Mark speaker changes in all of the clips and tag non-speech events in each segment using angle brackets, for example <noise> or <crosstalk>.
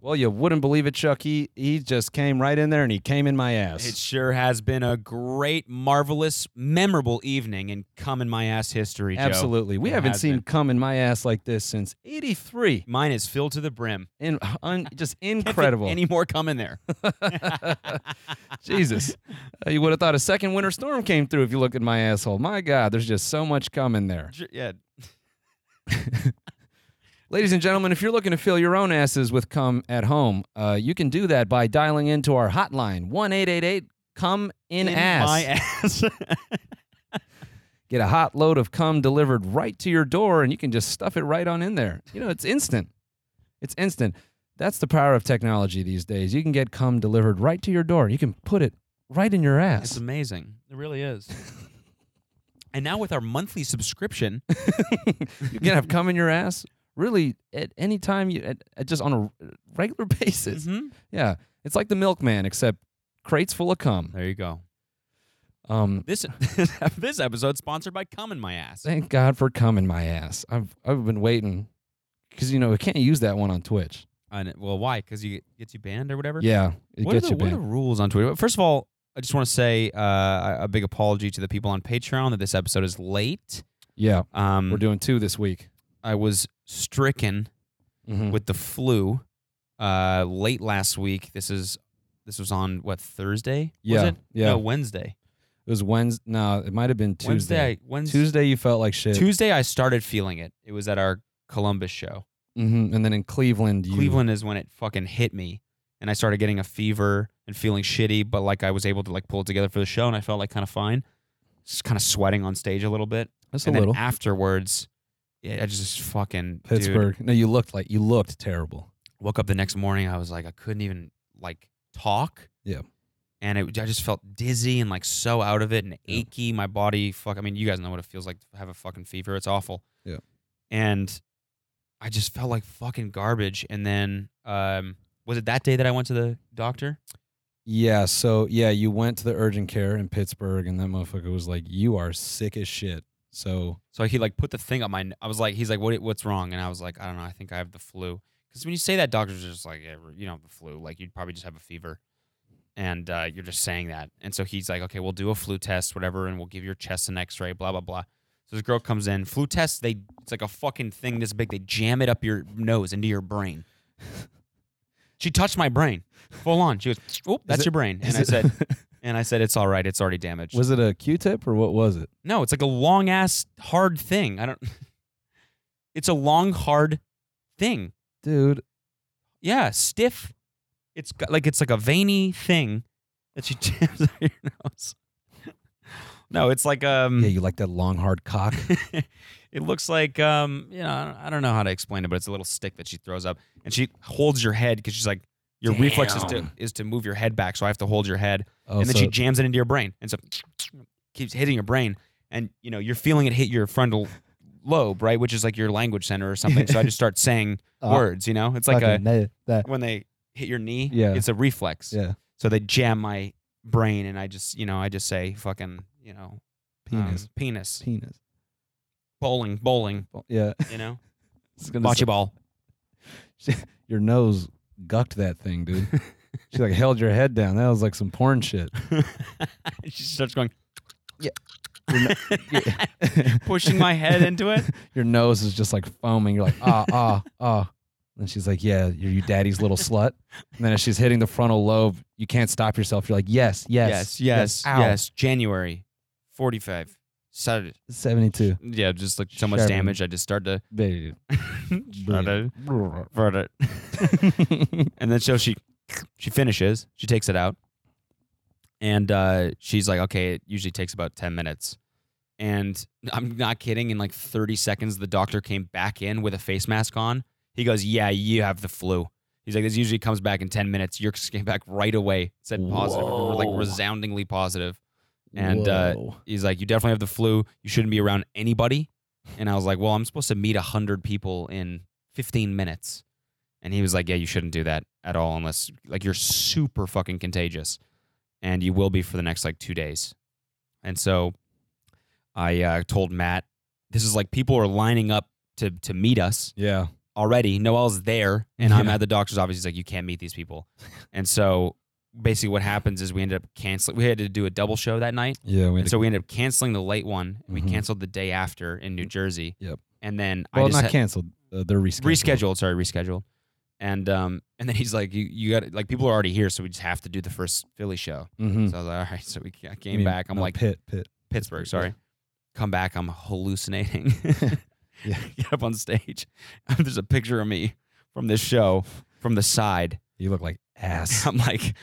Speaker 1: Well, you wouldn't believe it, Chuck. He, he just came right in there and he came in my ass.
Speaker 2: It sure has been a great, marvelous, memorable evening in come in my ass history. Joe.
Speaker 1: Absolutely. We
Speaker 2: It
Speaker 1: haven't
Speaker 2: has
Speaker 1: seen
Speaker 2: been.
Speaker 1: come in my ass like this since 83.
Speaker 2: Mine is filled to the brim.
Speaker 1: And un, just
Speaker 2: <laughs> Can't fit
Speaker 1: incredible.
Speaker 2: Any more coming there?
Speaker 1: <laughs> Jesus. Uh, you would have thought a second winter storm came through if you look at my asshole. My God, there's just so much coming there.
Speaker 2: J- yeah.
Speaker 1: Ladies and gentlemen, if you're looking to fill your own asses with cum at home, uh, you can do that by dialing into our hotline, 1 888 Come In, Ass. <laughs>
Speaker 2: my ass.
Speaker 1: Get a hot load of cum delivered right to your door, and you can just stuff it right on in there. You know, it's instant. It's instant. That's the power of technology these days. You can get cum delivered right to your door. You can put it right in your
Speaker 2: it's
Speaker 1: ass.
Speaker 2: amazing. It
Speaker 1: <laughs>
Speaker 2: really is. and now with our
Speaker 1: <laughs>
Speaker 2: monthly subscription,
Speaker 1: You can have cum in your ass really at any time, you, at, at just on a r- regular <laughs> basis.
Speaker 2: mhm,
Speaker 1: Yeah. It's like the milkman, except crates full of cum.
Speaker 2: there you go.
Speaker 1: Um,
Speaker 2: This <laughs> this episode sponsored by Come in My Ass.
Speaker 1: thank God for cum in my ass. I've, I've been waiting because, you know, we can't use that one on Twitch.
Speaker 2: And it- well, why? Because you gets you banned or whatever.
Speaker 1: Yeah. It
Speaker 2: what,
Speaker 1: gets
Speaker 2: are the,
Speaker 1: you
Speaker 2: what are
Speaker 1: banned.
Speaker 2: the rules on Twitter? First of all, I just want to say uh, a big apology to the people on Patreon that this episode is late.
Speaker 1: Yeah.
Speaker 2: Um,
Speaker 1: We're doing two this week.
Speaker 2: I was stricken
Speaker 1: Mhm.
Speaker 2: with the flu uh, late last week. This is this was on what Thursday?
Speaker 1: Yeah,
Speaker 2: was it?
Speaker 1: yeah.
Speaker 2: No, Wednesday.
Speaker 1: It was Wednesday. No, it might have been Tuesday.
Speaker 2: Wednesday. Wednesday.
Speaker 1: Tuesday, you felt like shit.
Speaker 2: Tuesday, I started feeling it. It was at our Columbus show.
Speaker 1: hmm And then in Cleveland, you,
Speaker 2: Cleveland is when it fucking hit me, and I started getting a fever and feeling shitty. But like I was able to like pull it together for the show, and I felt like kind of fine. Just kind of sweating on stage a little bit,
Speaker 1: That's a
Speaker 2: and
Speaker 1: little.
Speaker 2: then afterwards, yeah, I just fucking dude,
Speaker 1: Pittsburgh. No, you looked like you looked terrible.
Speaker 2: woke up the next morning. I was like, I couldn't even like talk.
Speaker 1: Yeah.
Speaker 2: And it, I just felt dizzy and like so out of it and
Speaker 1: Yeah.
Speaker 2: achy. My body, fuck. I mean, you guys know what it feels like to have a fucking fever. It's awful.
Speaker 1: Yeah.
Speaker 2: And I just felt like fucking garbage. And then, um, was it that day that I went to the doctor?
Speaker 1: Yeah. So yeah, you went to the urgent care in Pittsburgh, and that motherfucker was like, "You are sick as shit." So
Speaker 2: So he like put the thing up my. n- I was like, he's like, what? What's wrong? And I was like, I don't know. I think I have the flu. Because when you say that, doctors are just like, yeah, you don't have the flu. Like you'd probably just have a fever, and uh, you're just saying that. And so he's like, okay, we'll do a flu test, whatever, and we'll give your chest an X-ray, blah blah blah. So this girl comes in, flu test. They it's like a fucking thing this big. They jam it up your nose into your brain. she touched my brain, full on. She goes, oh, that's
Speaker 1: it-
Speaker 2: your brain. And
Speaker 1: Is
Speaker 2: I
Speaker 1: it-
Speaker 2: said, and I said, it's all right. It's already
Speaker 1: <laughs>
Speaker 2: damaged.
Speaker 1: was it a Q-tip or what was it?
Speaker 2: No, it's like a long ass hard thing. I don't. <laughs> It's a long hard thing.
Speaker 1: Dude,
Speaker 2: Yeah, stiff. It's got, like it's like a veiny thing that you <laughs> jams out your nose. <laughs> No, it's like um.
Speaker 1: yeah, you like that long hard cock?
Speaker 2: it looks like um. You know, I don't, I don't know how to explain it, but it's a little stick that she throws up, and she holds your head because she's like your reflex is to
Speaker 1: Damn.
Speaker 2: is to move your head back, so I have to hold your head
Speaker 1: Oh,
Speaker 2: <laughs> and then
Speaker 1: so-
Speaker 2: she jams it into your brain, and so keeps hitting your brain, and you know you're feeling it hit your frontal lobe, right, which is like your language center or something. so I just
Speaker 1: <laughs>
Speaker 2: start saying
Speaker 1: Ah,
Speaker 2: words, you know. It's like a
Speaker 1: fucking that- that-
Speaker 2: when they hit your knee,
Speaker 1: Yeah.
Speaker 2: it's a reflex.
Speaker 1: yeah,
Speaker 2: So they jam my brain, and I just you know I just say fucking you know um,
Speaker 1: penis,
Speaker 2: penis,
Speaker 1: penis.
Speaker 2: bowling, bowling,
Speaker 1: Oh, Yeah, <laughs>
Speaker 2: you know,
Speaker 1: It's gonna
Speaker 2: bocce
Speaker 1: say-
Speaker 2: ball. <laughs>
Speaker 1: your nose gucked that thing,
Speaker 2: <laughs>
Speaker 1: dude. she like held your head down. That was like some porn shit.
Speaker 2: she starts going.
Speaker 1: Yeah.
Speaker 2: <laughs> pushing my head into it.
Speaker 1: your nose is just like foaming. You're like,
Speaker 2: <laughs>
Speaker 1: ah, ah, ah. And she's like, yeah, you're you daddy's little slut. And then as she's hitting the frontal lobe, you can't stop yourself. You're like, yes, yes,
Speaker 2: yes, yes,
Speaker 1: ow."
Speaker 2: yes. January, forty-five. Saturday.
Speaker 1: 72.
Speaker 2: Yeah, just like so much
Speaker 1: Sherman.
Speaker 2: damage. I just start to.
Speaker 1: Baby.
Speaker 2: Started- started. and then so she she finishes. She takes it out, and uh, she's like, "Okay, it usually takes about ten minutes." And I'm not kidding. In like thirty seconds, the doctor came back in with a face mask on. He goes, "Yeah, you have the flu." He's like, "This usually comes back in ten minutes." Yours came back right away. Said positive, or like
Speaker 1: Whoa.
Speaker 2: resoundingly positive. <laughs> And, uh, he's like, you definitely have the flu. You shouldn't be around anybody. And I was like, well, I'm supposed to meet 100 people in 15 minutes. And he was like, yeah, you shouldn't do that at all unless, like, you're super fucking contagious. And you will be for the next, like, two days. And so I uh, told Matt, this is like people are lining up to, to meet us
Speaker 1: yeah.
Speaker 2: already. Noel's there, and I'm
Speaker 1: Yeah.
Speaker 2: at the doctor's office. He's like, you can't meet these people, and so basically what happens is we ended up canceling. We had to do a double show that night,
Speaker 1: Yeah, we
Speaker 2: and so we ended up canceling the late one. We
Speaker 1: Mhm.
Speaker 2: canceled the day after in New Jersey.
Speaker 1: Yep.
Speaker 2: And then I
Speaker 1: well,
Speaker 2: just
Speaker 1: not
Speaker 2: had-
Speaker 1: canceled. Uh, they're rescheduled.
Speaker 2: rescheduled. Sorry, rescheduled. And um, and then he's like, you you got like people are already here, so we just have to do the first Philly show.
Speaker 1: Mhm.
Speaker 2: So I was like, all right. So we I
Speaker 1: I
Speaker 2: came
Speaker 1: mean,
Speaker 2: back. I'm
Speaker 1: no,
Speaker 2: like
Speaker 1: Pitt, Pitt.
Speaker 2: Pittsburgh. Sorry. Come back. I'm hallucinating.
Speaker 1: <laughs> Yeah.
Speaker 2: <laughs> Get up on stage. <laughs> There's a picture of me from this show from the side.
Speaker 1: You look like ass.
Speaker 2: <laughs> I'm like.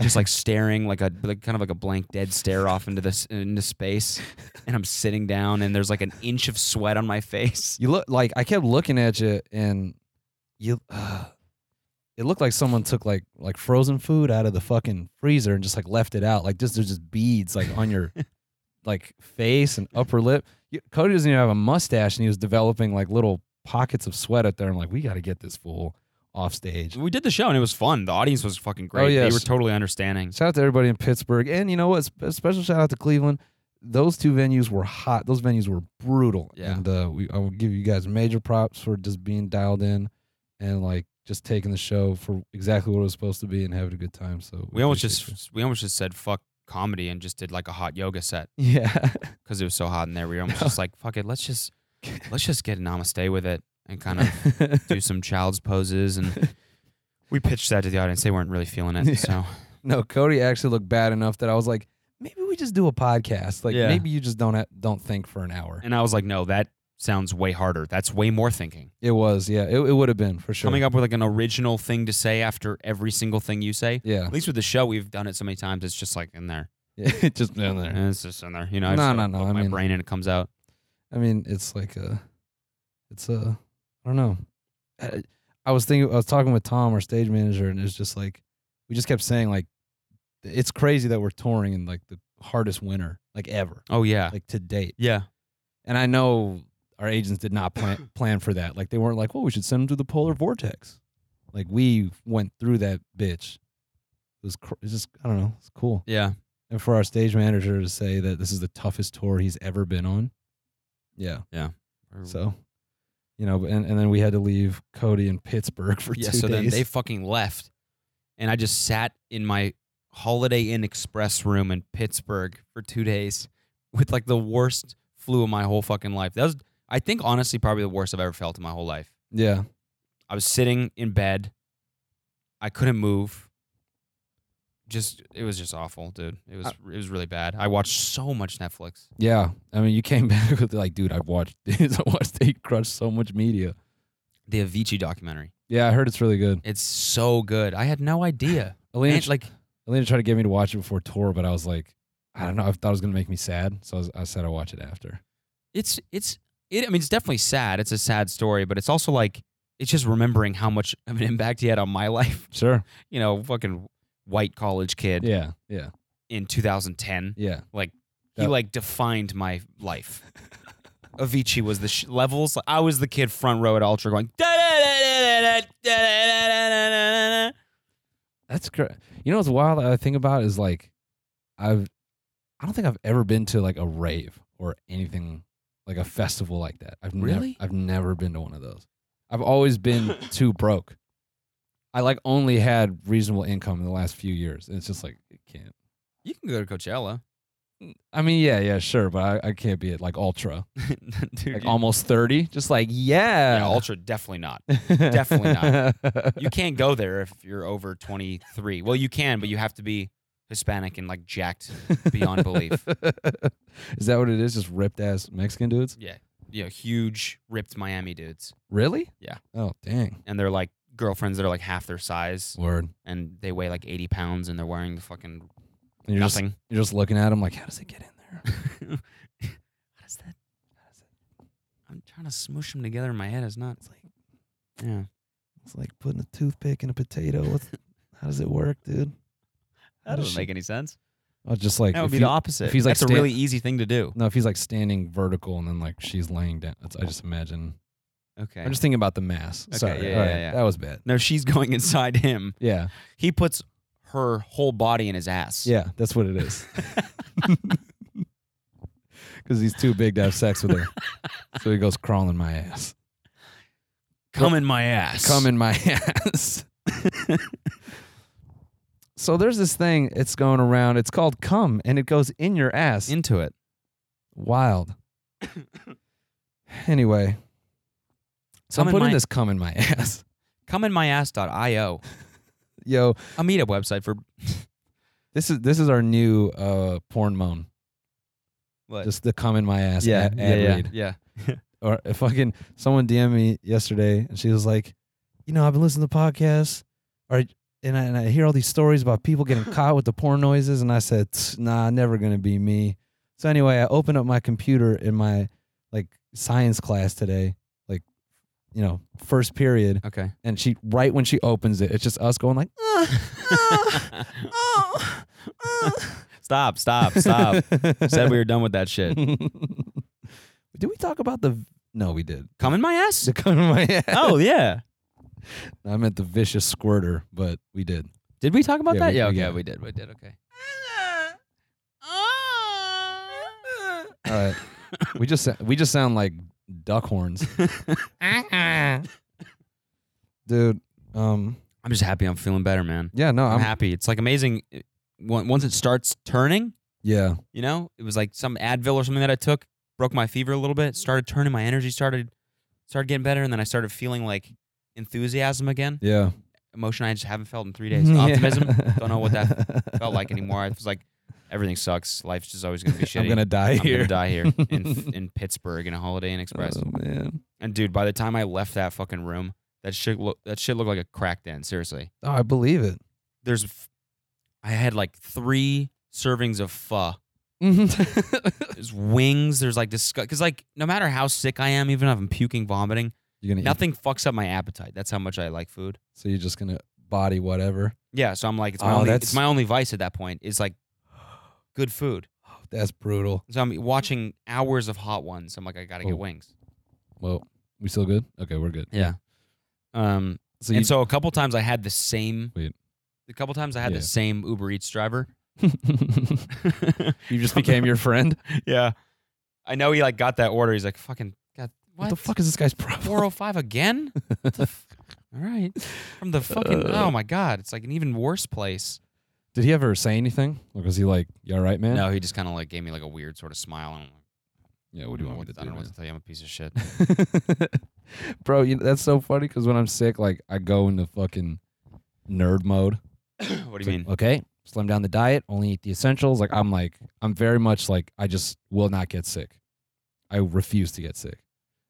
Speaker 2: Just like staring, like a like kind of like a blank dead stare off into this into space, and I'm sitting down, and there's like an inch of sweat on my face.
Speaker 1: You look like I kept looking at you, and you. Uh, it looked like someone took like like frozen food out of the fucking freezer and just like left it out. Like just there's just beads like on your like face and upper lip. You, Cody doesn't even have a mustache, and he was developing like little pockets of sweat up there. I'm like, we got to get this fool off stage.
Speaker 2: We did the show and it was fun. The audience was fucking great. They
Speaker 1: Oh, yes.
Speaker 2: were totally understanding.
Speaker 1: Shout out to everybody in Pittsburgh, and you know what? A special shout out to Cleveland. Those two venues were hot. Those venues were brutal,
Speaker 2: Yeah.
Speaker 1: and uh, we I will give you guys major props for just being dialed in and like just taking the show for exactly what it was supposed to be and having a good time. So
Speaker 2: We almost
Speaker 1: appreciate
Speaker 2: just we almost just said fuck comedy and just did like a hot yoga set
Speaker 1: you. yeah,
Speaker 2: because it was so hot in there. We were almost
Speaker 1: <laughs>
Speaker 2: just like fuck it, let's just let's just get namaste with it and
Speaker 1: <laughs>
Speaker 2: kind of do some child's poses and we pitched that to the audience. They weren't really feeling it.
Speaker 1: Yeah.
Speaker 2: So
Speaker 1: no, Cody actually looked bad enough that I was like, maybe we just do a podcast. Like
Speaker 2: Yeah.
Speaker 1: maybe you just don't ha- don't think for an hour.
Speaker 2: and I was like, no, that sounds way harder. That's way more thinking.
Speaker 1: It was yeah, it, it would have been for sure.
Speaker 2: Coming up with like an original thing to say after every single thing you say.
Speaker 1: yeah, <laughs>
Speaker 2: At least with the show, we've done it so many times. It's just like in there.
Speaker 1: yeah, just down there.
Speaker 2: And it's just in there. You know, I
Speaker 1: No,
Speaker 2: just
Speaker 1: no,
Speaker 2: like,
Speaker 1: no,
Speaker 2: put
Speaker 1: I
Speaker 2: my
Speaker 1: mean-
Speaker 2: brain and it comes out.
Speaker 1: I mean, it's like a, it's a, I don't know. I, I was thinking, I was talking with Tom, our stage manager, and it's just like, we just kept saying like, it's crazy that we're touring in like the hardest winter like ever,
Speaker 2: Oh yeah.
Speaker 1: like to date.
Speaker 2: Yeah.
Speaker 1: And I know our agents did not plan plan for that. Like they weren't like, well, we should send them to the polar vortex. Like we went through that bitch. It was, cr- it's just, I don't know, it's cool.
Speaker 2: Yeah.
Speaker 1: And for our stage manager to say that this is the toughest tour he's ever been on. Yeah. So, you know, and, and then we had to leave Cody in Pittsburgh for
Speaker 2: yeah,
Speaker 1: two
Speaker 2: so then
Speaker 1: days.
Speaker 2: they fucking left, and I just sat in my Holiday Inn Express room in Pittsburgh for two days with like the worst flu of my whole fucking life. That was, I think, honestly, probably the worst I've ever felt in my whole life.
Speaker 1: yeah,
Speaker 2: I was sitting in bed, I couldn't move. Just it was just awful, dude. It was it was really bad. I watched so much Netflix.
Speaker 1: yeah. I mean, you came <laughs> back with like, dude, I've watched, <laughs> I watched they crush so much media.
Speaker 2: The Avicii documentary.
Speaker 1: Yeah, I heard it's really good.
Speaker 2: It's so good. I had no idea.
Speaker 1: Alina,
Speaker 2: And, like
Speaker 1: Alina tried to get me to watch it before tour, but I was like, I don't know. I thought it was gonna make me sad, so I, was, I said I'll watch it after.
Speaker 2: it's it's it, I mean it's definitely sad. It's a sad story, but it's also like it's just remembering how much of an <laughs> impact he had on my life.
Speaker 1: Sure.
Speaker 2: You know, fucking white college kid
Speaker 1: Yeah. Yeah.
Speaker 2: in 2010.
Speaker 1: Yeah.
Speaker 2: He
Speaker 1: That-
Speaker 2: like defined my life. Avicii was the sh- levels. I was the kid front row at Ultra going. "Da-da-da-da-da-da, da-da-da-da-da-da-da."
Speaker 1: That's great. You know what's wild? that I think about is like, I've, I don't think I've ever been to like a rave or anything like a festival like that. I've nev-
Speaker 2: Really?
Speaker 1: I've never been to one of those. I've always
Speaker 2: <laughs>
Speaker 1: been too broke. I like only had reasonable income in the last few years. And it's just like it can't.
Speaker 2: You can go to Coachella, <laughs>
Speaker 1: I mean, yeah, yeah, sure, but I, I can't be at like ultra,
Speaker 2: dude.
Speaker 1: like
Speaker 2: you-
Speaker 1: almost thirty. Just like yeah,
Speaker 2: yeah, Ultra definitely not.
Speaker 1: <laughs>
Speaker 2: definitely
Speaker 1: not.
Speaker 2: you can't go there if you're over 23. Well, you can, but you have to be Hispanic and like jacked beyond belief.
Speaker 1: <laughs> is that what it is? Just ripped ass Mexican dudes?
Speaker 2: Yeah. You know, huge, ripped Miami dudes.
Speaker 1: Really?
Speaker 2: Yeah.
Speaker 1: Oh, dang.
Speaker 2: And they're like girlfriends that are like half their size
Speaker 1: Word.
Speaker 2: and they weigh like 80 pounds and they're wearing the fucking
Speaker 1: And you're just
Speaker 2: nothing.
Speaker 1: you're just looking at him like, how does it get in there?
Speaker 2: How does that? How does that? I'm trying to smoosh them together in my head. It's not.
Speaker 1: It's like
Speaker 2: Yeah.
Speaker 1: it's like putting a toothpick in a potato.
Speaker 2: <laughs>
Speaker 1: What's, how does it work, dude? How does
Speaker 2: That doesn't
Speaker 1: she-
Speaker 2: make any sense.
Speaker 1: I was just like,
Speaker 2: That
Speaker 1: if
Speaker 2: would be
Speaker 1: you-
Speaker 2: the opposite.
Speaker 1: if he's, like,
Speaker 2: That's a
Speaker 1: sta-
Speaker 2: really easy thing to do.
Speaker 1: <laughs> no, if he's like standing vertical and then like she's laying down. That's, I just imagine.
Speaker 2: Okay.
Speaker 1: I'm just thinking about the mass.
Speaker 2: Okay,
Speaker 1: Sorry,
Speaker 2: yeah,
Speaker 1: All
Speaker 2: yeah,
Speaker 1: right,
Speaker 2: yeah.
Speaker 1: that was bad.
Speaker 2: no, she's <laughs> going inside him.
Speaker 1: Yeah,
Speaker 2: He puts her whole body in his ass.
Speaker 1: yeah, that's what it
Speaker 2: <laughs>
Speaker 1: is. <laughs>
Speaker 2: <laughs>
Speaker 1: Because he's too big to have sex with her, so he goes crawling my ass.
Speaker 2: Come in my ass.
Speaker 1: Come in
Speaker 2: <laughs>
Speaker 1: my ass. so there's this thing it's going around. It's called cum, and it goes in your ass.
Speaker 2: into it. <coughs>
Speaker 1: Wild. anyway, so I'm
Speaker 2: Cum in
Speaker 1: putting
Speaker 2: my-
Speaker 1: this cum in my <laughs> ass.
Speaker 2: Come in my ass.io.
Speaker 1: Yo,
Speaker 2: A meetup website for
Speaker 1: this is this is our new uh, porn moan.
Speaker 2: what?
Speaker 1: Just the cum in my ass.
Speaker 2: yeah,
Speaker 1: ad,
Speaker 2: yeah,
Speaker 1: ad
Speaker 2: yeah,
Speaker 1: read.
Speaker 2: yeah.
Speaker 1: or if fucking someone DM me yesterday and she was like, you know, I've been listening to podcasts, or and I, and I hear all these stories about people
Speaker 2: <laughs>
Speaker 1: getting caught with the porn noises, and I said, "Tsk, nah, never gonna be me. So anyway, I opened up my computer in my like science class today, like you know, first period, <laughs>
Speaker 2: Okay. <laughs>
Speaker 1: and she right when she opens it, it's just us going like, "Uh, uh, uh, uh."
Speaker 2: stop, stop,
Speaker 1: <laughs>
Speaker 2: stop. Said we were done with that shit.
Speaker 1: Did we talk about the? No, we did. <laughs>
Speaker 2: Come in my ass?
Speaker 1: The gun in my ass.
Speaker 2: <laughs> Oh yeah.
Speaker 1: I meant the vicious squirter, but we did.
Speaker 2: Did we talk about
Speaker 1: Yeah,
Speaker 2: that?
Speaker 1: we-
Speaker 2: yeah,
Speaker 1: we-
Speaker 2: okay,
Speaker 1: yeah.
Speaker 2: we did. We did. Okay.
Speaker 1: All right. we just sa- we just sound like duck
Speaker 2: <laughs>
Speaker 1: horns. Dude, um
Speaker 2: I'm just happy I'm feeling better, man.
Speaker 1: yeah, no,
Speaker 2: I'm,
Speaker 1: I'm
Speaker 2: happy. It's like amazing it- on- once it starts turning,
Speaker 1: yeah.
Speaker 2: you know? It was like some Advil or something that I took, broke my fever a little bit, started turning, my energy started started getting better and then I started feeling like enthusiasm again.
Speaker 1: Yeah.
Speaker 2: Emotion I just haven't felt in 3 days. <laughs> Optimism. Don't know what
Speaker 1: <laughs>
Speaker 2: that felt like anymore. I was like, everything sucks. Life's just always gonna be shitty.
Speaker 1: I'm going to die
Speaker 2: <laughs> I'm
Speaker 1: here.
Speaker 2: gonna die here in in Pittsburgh in a Holiday Inn Express.
Speaker 1: <laughs> Oh man.
Speaker 2: and dude, by the time I left that fucking room, that shit look that shit looked like a cracked in. Seriously,
Speaker 1: Oh, I believe
Speaker 2: <laughs>
Speaker 1: it.
Speaker 2: there's, f- I had like three servings of pho. There's wings. There's like disgust. Cause like no matter how sick I am, even if I'm puking, vomiting,
Speaker 1: You're going to eat
Speaker 2: nothing fucks up my appetite. That's how much I like food.
Speaker 1: so you're just going to body whatever.
Speaker 2: Yeah, so I'm like, it's my
Speaker 1: Oh,
Speaker 2: only,
Speaker 1: that's-
Speaker 2: it's my only vice at that point. Is like good food.
Speaker 1: Oh, that's brutal.
Speaker 2: So I'm watching hours of hot ones. I'm like, I gotta
Speaker 1: Oh.
Speaker 2: get wings.
Speaker 1: Well, we still good? Okay, we're good.
Speaker 2: Yeah. Um,
Speaker 1: So you
Speaker 2: and so a couple times I had the same.
Speaker 1: Wait.
Speaker 2: A couple times I had
Speaker 1: Yeah.
Speaker 2: the same Uber Eats driver.
Speaker 1: <laughs>
Speaker 2: <laughs>
Speaker 1: you just became your friend?
Speaker 2: yeah, I know he like got that order. He's like, "Fucking God,
Speaker 1: What,
Speaker 2: <laughs> what,
Speaker 1: the fuck is this guy's problem?
Speaker 2: Four oh five again?
Speaker 1: <laughs>
Speaker 2: What the f- All right, from the fucking
Speaker 1: Uh.
Speaker 2: oh my god, it's like an even worse place.
Speaker 1: Did he ever say anything? Or was he like, "You all right, man?"
Speaker 2: No, he just kind of like gave me like a weird sort of smile. And I'm like,
Speaker 1: Yeah. What do you want me to
Speaker 2: I don't know what
Speaker 1: do?
Speaker 2: to tell you. I'm a piece
Speaker 1: <coughs>
Speaker 2: of shit.
Speaker 1: man? <laughs> Bro, you know, that's so funny because when I'm sick, like I go into fucking nerd mode.
Speaker 2: what do you mean?
Speaker 1: Okay, slim down the diet, only eat the essentials. Like I'm like I'm very much like I just will not get sick. I refuse to get sick,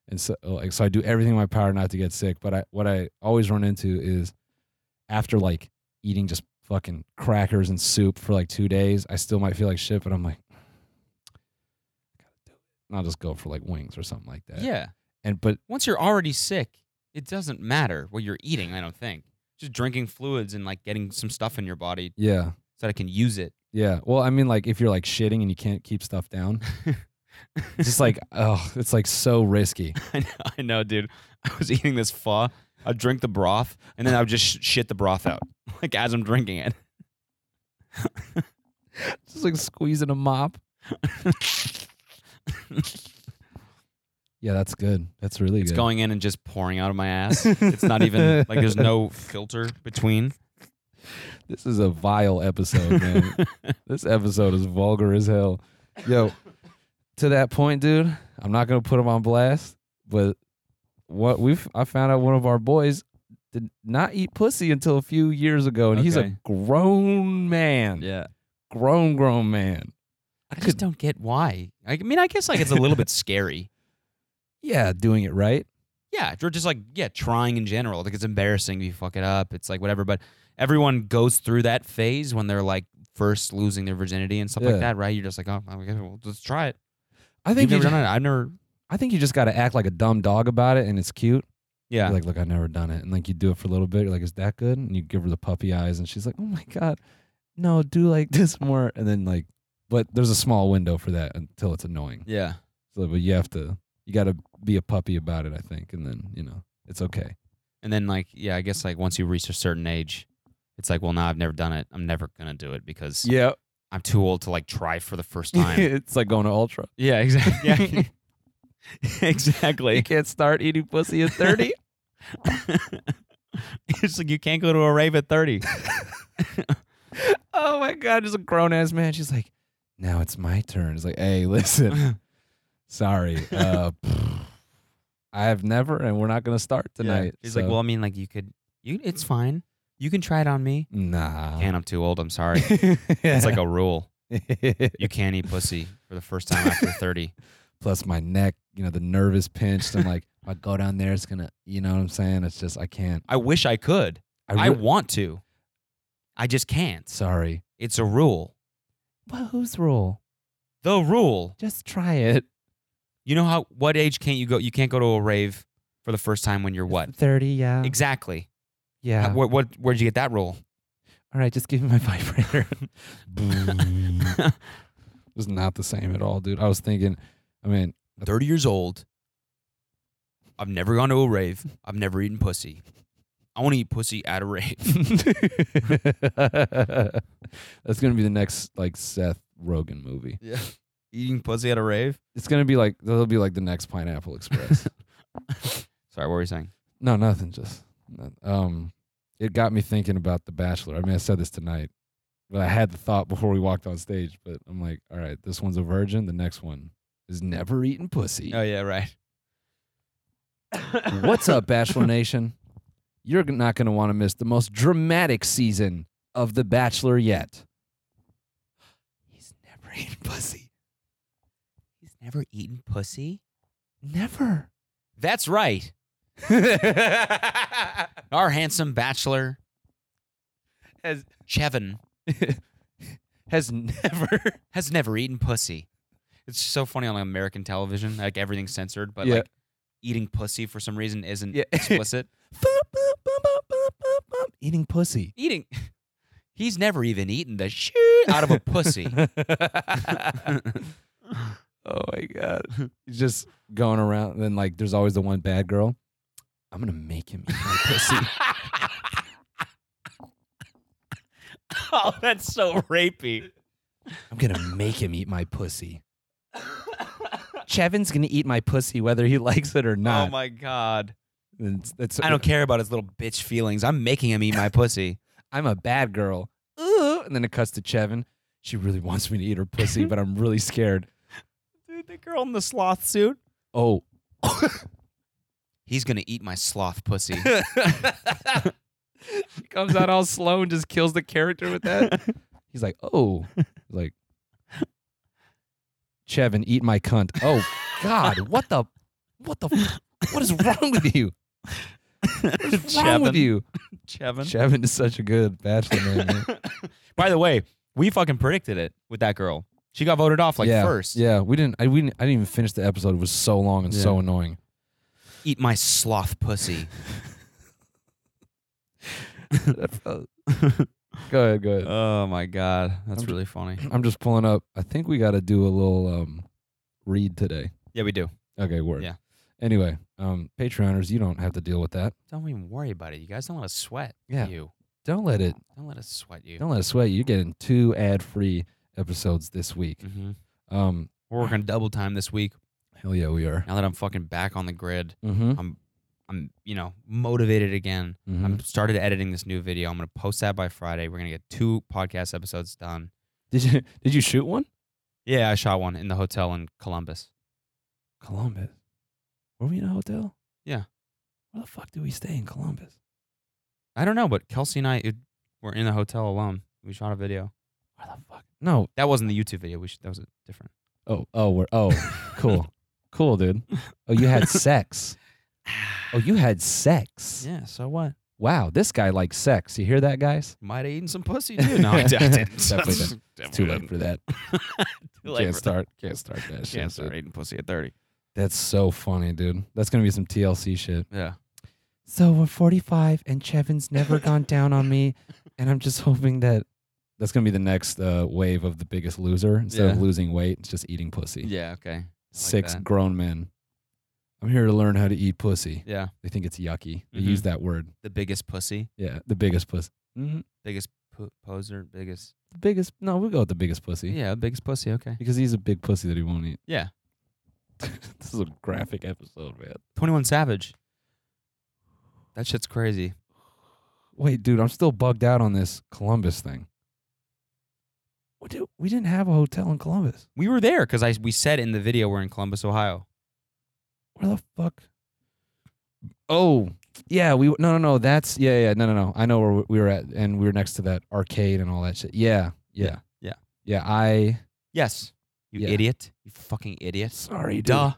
Speaker 1: and so uh, like so I do everything in my power not to get sick. But I what I always run into is after like eating just fucking crackers and soup for like two days, I still might feel like shit. But I'm like, <sighs> I gotta do it. And I'll just go for like wings or something like that.
Speaker 2: Yeah,
Speaker 1: And but
Speaker 2: once you're already sick, it doesn't matter what you're eating. I don't think just drinking fluids and like getting some stuff in your body
Speaker 1: yeah.
Speaker 2: so that I can use it.
Speaker 1: Yeah. Well, I mean, like if you're like shitting and you can't keep stuff down, it's just <laughs> like oh, it's like so risky.
Speaker 2: I know, <laughs> I know, dude. I was eating this pho. I'd drink the broth, and then I would just sh- shit the broth out, <laughs> like as I'm drinking it.
Speaker 1: just like squeezing a mop. yeah, that's good. That's really
Speaker 2: It's
Speaker 1: good.
Speaker 2: going in and just pouring out of
Speaker 1: <laughs>
Speaker 2: my ass. It's not even like there's no filter between.
Speaker 1: This is a vile episode, <laughs> man. this episode is vulgar as hell. Yo, to that point, dude, I'm not gonna put him on blast, but what we've I found out one of our boys did not eat pussy until a few years ago, and he's a
Speaker 2: Okay.
Speaker 1: grown man.
Speaker 2: Yeah,
Speaker 1: Grown, grown man.
Speaker 2: I just don't get why. I mean, I guess like it's a little bit scary.
Speaker 1: <laughs> Yeah, doing it right.
Speaker 2: Yeah, or just like yeah, trying in general. Like it's embarrassing if you fuck it up. It's like whatever. But everyone goes through that phase when they're like first losing their virginity and stuff
Speaker 1: Yeah.
Speaker 2: like that, right? You're just like, oh, okay, well, let's try it.
Speaker 1: I think you
Speaker 2: You've never
Speaker 1: just,
Speaker 2: done it. I've never.
Speaker 1: I think you just gotta act like a dumb dog about it and it's cute.
Speaker 2: Yeah.
Speaker 1: You're like, look, I've never done it. And like you do it for a little bit. You're like, is that good? And you give her the puppy eyes and she's like, Oh my God. No, do like <laughs> this more. And then like but there's a small window for that until it's annoying.
Speaker 2: Yeah.
Speaker 1: So but you have to you gotta be a puppy about it, I think, and then, you know, it's okay.
Speaker 2: And then like, yeah, I guess like once you reach a certain age, it's like, well, now I've never done it. I'm never gonna do it because
Speaker 1: <laughs> Yeah.
Speaker 2: I'm too old to like try for
Speaker 1: <laughs>
Speaker 2: the first time.
Speaker 1: it's like going to ultra. <laughs>
Speaker 2: yeah, exactly. Yeah. exactly.
Speaker 1: can't start eating pussy at 30.
Speaker 2: <laughs> it's like you can't go to a rave at 30.
Speaker 1: oh my god, just a grown ass man. She's like, now it's my turn. It's like, hey, listen,
Speaker 2: <laughs>
Speaker 1: sorry, uh, I have never, and we're not gonna start tonight.
Speaker 2: Yeah. She's like,
Speaker 1: so-
Speaker 2: well, I mean, like you could, you it's fine. You can try it on me.
Speaker 1: nah. <laughs>
Speaker 2: Can't. I'm too old. I'm sorry. It's like a rule. You can't eat pussy for the first time after 30.
Speaker 1: <laughs> plus my neck, you know, the nerve is pinched. I'm like, if I go down there, it's gonna, you know what I'm saying? It's just I can't.
Speaker 2: I wish I could. I,
Speaker 1: re-
Speaker 2: want to. I just can't.
Speaker 1: sorry.
Speaker 2: It's a rule.
Speaker 1: Well, whose rule?
Speaker 2: The rule.
Speaker 1: Just try it.
Speaker 2: You know how what age can't you go? You can't go to a rave for the first time when you're what?
Speaker 1: Thirty, yeah,
Speaker 2: Exactly.
Speaker 1: yeah.
Speaker 2: How- what, what where'd you get that rule?
Speaker 1: All right, just give me my <laughs> vibrator. it was not the same at all, dude. I was thinking, I mean, <laughs>
Speaker 2: 30 years old. I've never gone to a rave. I've never eaten pussy. I want to eat pussy at a rave. <laughs>
Speaker 1: that's gonna be the next like Seth Rogen movie.
Speaker 2: Yeah. Eating pussy at a rave?
Speaker 1: It's gonna be like that'll be like the next Pineapple <laughs> Express.
Speaker 2: Sorry, what were you saying?
Speaker 1: No, nothing. Just no- um, it got me thinking about The Bachelor. I mean, I said this tonight, but I had the thought before we walked on stage. But I'm like, all right, this one's a virgin. The next one is never eating pussy.
Speaker 2: Oh, yeah, <coughs> right.
Speaker 1: What's up, Bachelor Nation? You're g- not going to want to miss the most dramatic season of The Bachelor yet. He's never <laughs> eating pussy.
Speaker 2: He's never eaten pussy?
Speaker 1: Never.
Speaker 2: That's right. Our handsome bachelor
Speaker 1: Has
Speaker 2: Chevin
Speaker 1: has never. <laughs>
Speaker 2: has never eaten pussy. It's so funny on like, American television, like everything's censored, but
Speaker 1: Yeah.
Speaker 2: like eating pussy for some reason isn't
Speaker 1: Yeah. <laughs>
Speaker 2: explicit.
Speaker 1: Eating pussy.
Speaker 2: eating. <laughs> He's never even eaten the shit out of a pussy.
Speaker 1: <laughs> <laughs> oh my god. He's just going around and then like there's always the one bad girl. I'm gonna make him eat my pussy.
Speaker 2: <laughs> oh, that's so rapey.
Speaker 1: I'm gonna make him eat my pussy. Chevin's gonna eat my pussy whether he <laughs> likes it or
Speaker 2: Oh
Speaker 1: not.
Speaker 2: my god.
Speaker 1: And it's- it's-
Speaker 2: I don't care about his little bitch feelings. I'm making him eat my pussy.
Speaker 1: uh, I'm a bad girl. Ooh. And then it cuts to Chevin. She really wants me to eat her pussy, but I'm really scared.
Speaker 2: <laughs> Dude, the girl in the sloth suit.
Speaker 1: Oh. <laughs>
Speaker 2: He's gonna eat my
Speaker 1: <laughs>
Speaker 2: sloth pussy.
Speaker 1: She comes out all slow and just kills the character with that. He's like, oh, like, Chevin, eat my cunt. Oh God, what the, what the, f- what is wrong with you? What's wrong with you?
Speaker 2: Chevin.
Speaker 1: Chevin is such a good bachelor name. man.
Speaker 2: By the way, we fucking predicted it with that girl. She got voted off like
Speaker 1: yeah,
Speaker 2: first.
Speaker 1: Yeah, we didn't. I we didn't, I didn't even finish the episode. It was so long and so annoying.
Speaker 2: Eat my sloth <laughs> pussy.
Speaker 1: go ahead, go ahead. <clears throat>
Speaker 2: Oh my god, that's
Speaker 1: I'm j-
Speaker 2: really funny.
Speaker 1: I'm just pulling up. I think we got to do a little um, read today.
Speaker 2: Yeah, we do.
Speaker 1: Okay, word.
Speaker 2: Yeah.
Speaker 1: Anyway, um, Patreoners, you don't have to deal with that.
Speaker 2: Don't even worry about it. You guys don't let us sweat
Speaker 1: Yeah.
Speaker 2: you.
Speaker 1: Don't let it.
Speaker 2: Don't let us sweat you.
Speaker 1: Don't let it sweat you. You're getting two ad-free episodes this week.
Speaker 2: Mhm.
Speaker 1: Um,
Speaker 2: We're working double time this week.
Speaker 1: hell yeah, we are.
Speaker 2: Now that I'm fucking back on the grid,
Speaker 1: Mm-hmm.
Speaker 2: I'm you know motivated again.
Speaker 1: hmm
Speaker 2: I'm started editing this new video. I'm gonna post that by Friday. We're gonna get two podcast episodes done.
Speaker 1: Did you <laughs> Did you shoot one?
Speaker 2: Yeah, I shot one in the hotel in Columbus.
Speaker 1: Columbus. Were we in a hotel?
Speaker 2: Yeah.
Speaker 1: Where the fuck do we stay in Columbus?
Speaker 2: I don't know, but Kelsey and I it, were in the hotel alone. We shot a video.
Speaker 1: Where the fuck? No.
Speaker 2: That wasn't the YouTube video. We should, that was a
Speaker 1: <laughs>
Speaker 2: different.
Speaker 1: Oh. Oh. We're. Oh. Cool. cool, dude. Oh, you
Speaker 2: <laughs>
Speaker 1: had sex. Oh, you had sex.
Speaker 2: Yeah. So what?
Speaker 1: Wow, this guy likes sex. You hear that, guys?
Speaker 2: Might have eaten some pussy
Speaker 1: <laughs>
Speaker 2: too. No, I <laughs> didn't.
Speaker 1: Definitely didn't. It's too late for that.
Speaker 2: <laughs> Too late
Speaker 1: can't
Speaker 2: for that.
Speaker 1: start. Can't start that shit.
Speaker 2: Can't
Speaker 1: dude.
Speaker 2: start eating pussy at thirty.
Speaker 1: That's so funny, dude. That's gonna be some TLC shit.
Speaker 2: Yeah.
Speaker 1: So we're 45, and Chevin's never
Speaker 2: <laughs>
Speaker 1: gone down on me, and I'm just hoping that that's gonna be the next uh, wave of the Biggest Loser. Instead of
Speaker 2: Yeah.
Speaker 1: losing weight, it's just eating pussy.
Speaker 2: Yeah. Okay.
Speaker 1: Six
Speaker 2: that.
Speaker 1: grown men. I'm here to learn how to eat pussy.
Speaker 2: Yeah.
Speaker 1: They think it's yucky. They
Speaker 2: Mhm.
Speaker 1: use that word.
Speaker 2: The biggest pussy.
Speaker 1: Yeah, the biggest pussy. Mm-hmm.
Speaker 2: Biggest po- poser. Biggest.
Speaker 1: The biggest. No, we'll go with the biggest pussy.
Speaker 2: Yeah. Biggest pussy. Okay.
Speaker 1: Because he's a big pussy that he won't eat. <laughs>
Speaker 2: Yeah.
Speaker 1: this is a graphic episode, man.
Speaker 2: Twenty One Savage. That shit's crazy.
Speaker 1: Wait, dude, I'm still bugged out on this Columbus thing. What do- we didn't have a hotel in Columbus.
Speaker 2: We were there because I we said in the video we're in Columbus, Ohio.
Speaker 1: Where the fuck? Oh, yeah. We no, no, no. That's yeah, yeah. No, no, no. I know where we- we were at, and we were next to that arcade and all that shit. Yeah, yeah,
Speaker 2: Yeah.
Speaker 1: yeah. I
Speaker 2: Yes. You
Speaker 1: Yeah.
Speaker 2: idiot. You fucking idiot.
Speaker 1: sorry, dude.
Speaker 2: Duh.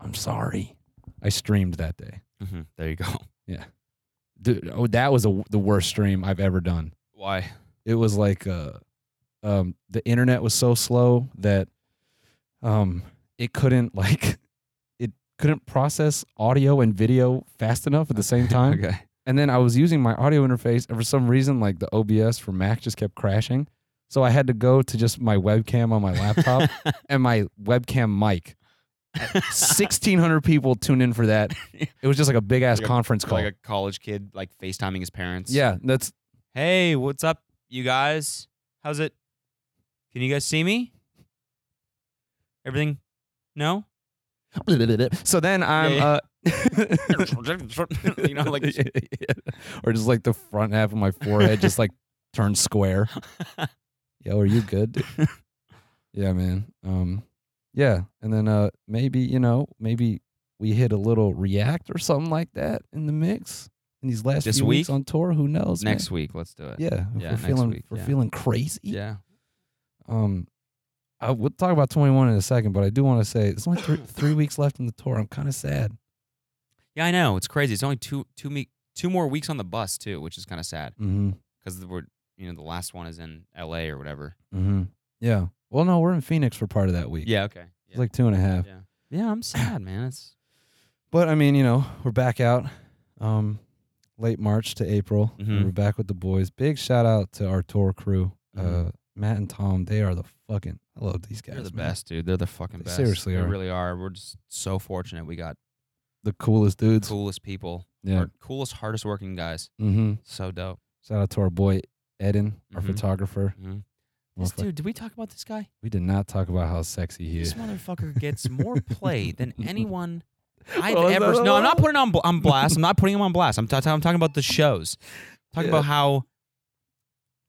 Speaker 1: I'm sorry. I streamed that day,
Speaker 2: hmm There you go. <laughs>
Speaker 1: dude. Oh, that was a, the worst stream I've ever done.
Speaker 2: Why?
Speaker 1: it was like uh um the internet was so slow that um it couldn't <laughs> like it couldn't process audio and video fast enough at the
Speaker 2: <laughs>
Speaker 1: same time
Speaker 2: Okay.
Speaker 1: and then i was using my audio interface and for some reason like the obs for mac just kept crashing so i had to go to just my webcam on my
Speaker 2: <laughs>
Speaker 1: laptop and my webcam mic 1600 people tuned in for
Speaker 2: <laughs>
Speaker 1: that it was just like a big ass
Speaker 2: Like a-
Speaker 1: conference call
Speaker 2: like a college kid like FaceTiming his parents.
Speaker 1: yeah that's
Speaker 2: Hey, what's up, you guys? How's it? Can you guys see me? Everything?
Speaker 1: <laughs>
Speaker 2: No? <laughs>
Speaker 1: so then i'm
Speaker 2: Yeah,
Speaker 1: uh <laughs>
Speaker 2: <laughs> you know, like
Speaker 1: Yeah. or just like the front half of my forehead just like turned
Speaker 2: <laughs>
Speaker 1: square. Yo, are you good? yeah, man. Um, yeah, and then uh, maybe you know, maybe we hit a little react or something like that in the mix in these last
Speaker 2: This
Speaker 1: few weeks
Speaker 2: week?
Speaker 1: on tour. Who knows? man?
Speaker 2: <laughs> next week, let's do it.
Speaker 1: yeah, E if
Speaker 2: Yeah,
Speaker 1: we're
Speaker 2: next
Speaker 1: feeling
Speaker 2: week,
Speaker 1: we're
Speaker 2: yeah.
Speaker 1: feeling crazy.
Speaker 2: Yeah.
Speaker 1: Um, I will talk about twenty one in a second, but I do want to say it's only three,
Speaker 2: <laughs>
Speaker 1: three weeks left in the tour. I'm kind of sad.
Speaker 2: Yeah, I know. It's crazy. It's only two two me two more weeks on the bus too, which is kind of sad
Speaker 1: Mm-hmm.
Speaker 2: because we're you know the last one is in L.A. or whatever.
Speaker 1: Mm-hmm. Yeah. Well, no, we're in Phoenix for part of that week.
Speaker 2: Yeah. Okay. Yeah.
Speaker 1: It's like uh, two and a half.
Speaker 2: yeah. Yeah, I'm sad, man. It's
Speaker 1: But I mean, you know, we're back out um, late March to April. and
Speaker 2: Mhm.
Speaker 1: We're back with the boys. Big shout out to our tour crew, uh,
Speaker 2: Mhm.
Speaker 1: Matt and Tom. They are the fucking. I love these guys.
Speaker 2: they're the
Speaker 1: man.
Speaker 2: best, dude. They're the fucking
Speaker 1: They
Speaker 2: best.
Speaker 1: seriously
Speaker 2: they
Speaker 1: are.
Speaker 2: really are. We're just so fortunate. We got
Speaker 1: The coolest dudes.
Speaker 2: coolest people,
Speaker 1: Yeah.
Speaker 2: Our coolest, hardest working guys.
Speaker 1: Mm-hmm.
Speaker 2: So dope.
Speaker 1: Shout out to our boy Eden, our
Speaker 2: Mhm.
Speaker 1: photographer.
Speaker 2: Mhm. This
Speaker 1: Motherfuck-
Speaker 2: dude, did we talk about this guy?
Speaker 1: we did not talk about how sexy he
Speaker 2: This
Speaker 1: is.
Speaker 2: motherfucker gets more
Speaker 1: <laughs>
Speaker 2: play than anyone I've
Speaker 1: What was
Speaker 2: ever.
Speaker 1: Oh, that
Speaker 2: No, I'm not
Speaker 1: about?
Speaker 2: putting on bl- on blast. I'm not putting him on blast. I'm, ta- I'm talking about the shows. Talking
Speaker 1: Yeah.
Speaker 2: about how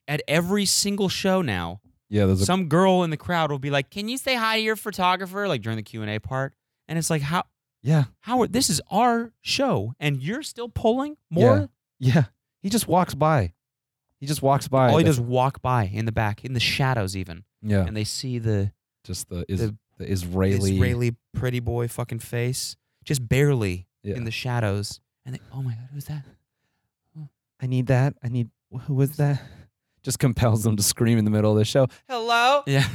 Speaker 2: at every single show now,
Speaker 1: Yeah, there's a
Speaker 2: some girl in the crowd will be like, "Can you say hi to your photographer?" Like during the Q and A part, and it's like, "How,
Speaker 1: yeah,
Speaker 2: Howard? This is our show, and you're still pulling more."
Speaker 1: Yeah. yeah. He just walks by. He just walks by.
Speaker 2: All he
Speaker 1: That's-
Speaker 2: does is walk by in the back, in the shadows, even,
Speaker 1: Yeah,
Speaker 2: and they see the
Speaker 1: just the, is, the,
Speaker 2: the-
Speaker 1: Israeli.
Speaker 2: Israeli pretty boy fucking face, just barely
Speaker 1: yeah.
Speaker 2: in the shadows, and they, oh my god, who's that?
Speaker 1: I need that. I need who was that? Just compels them to scream in the middle of the show. Hello,
Speaker 2: Yeah.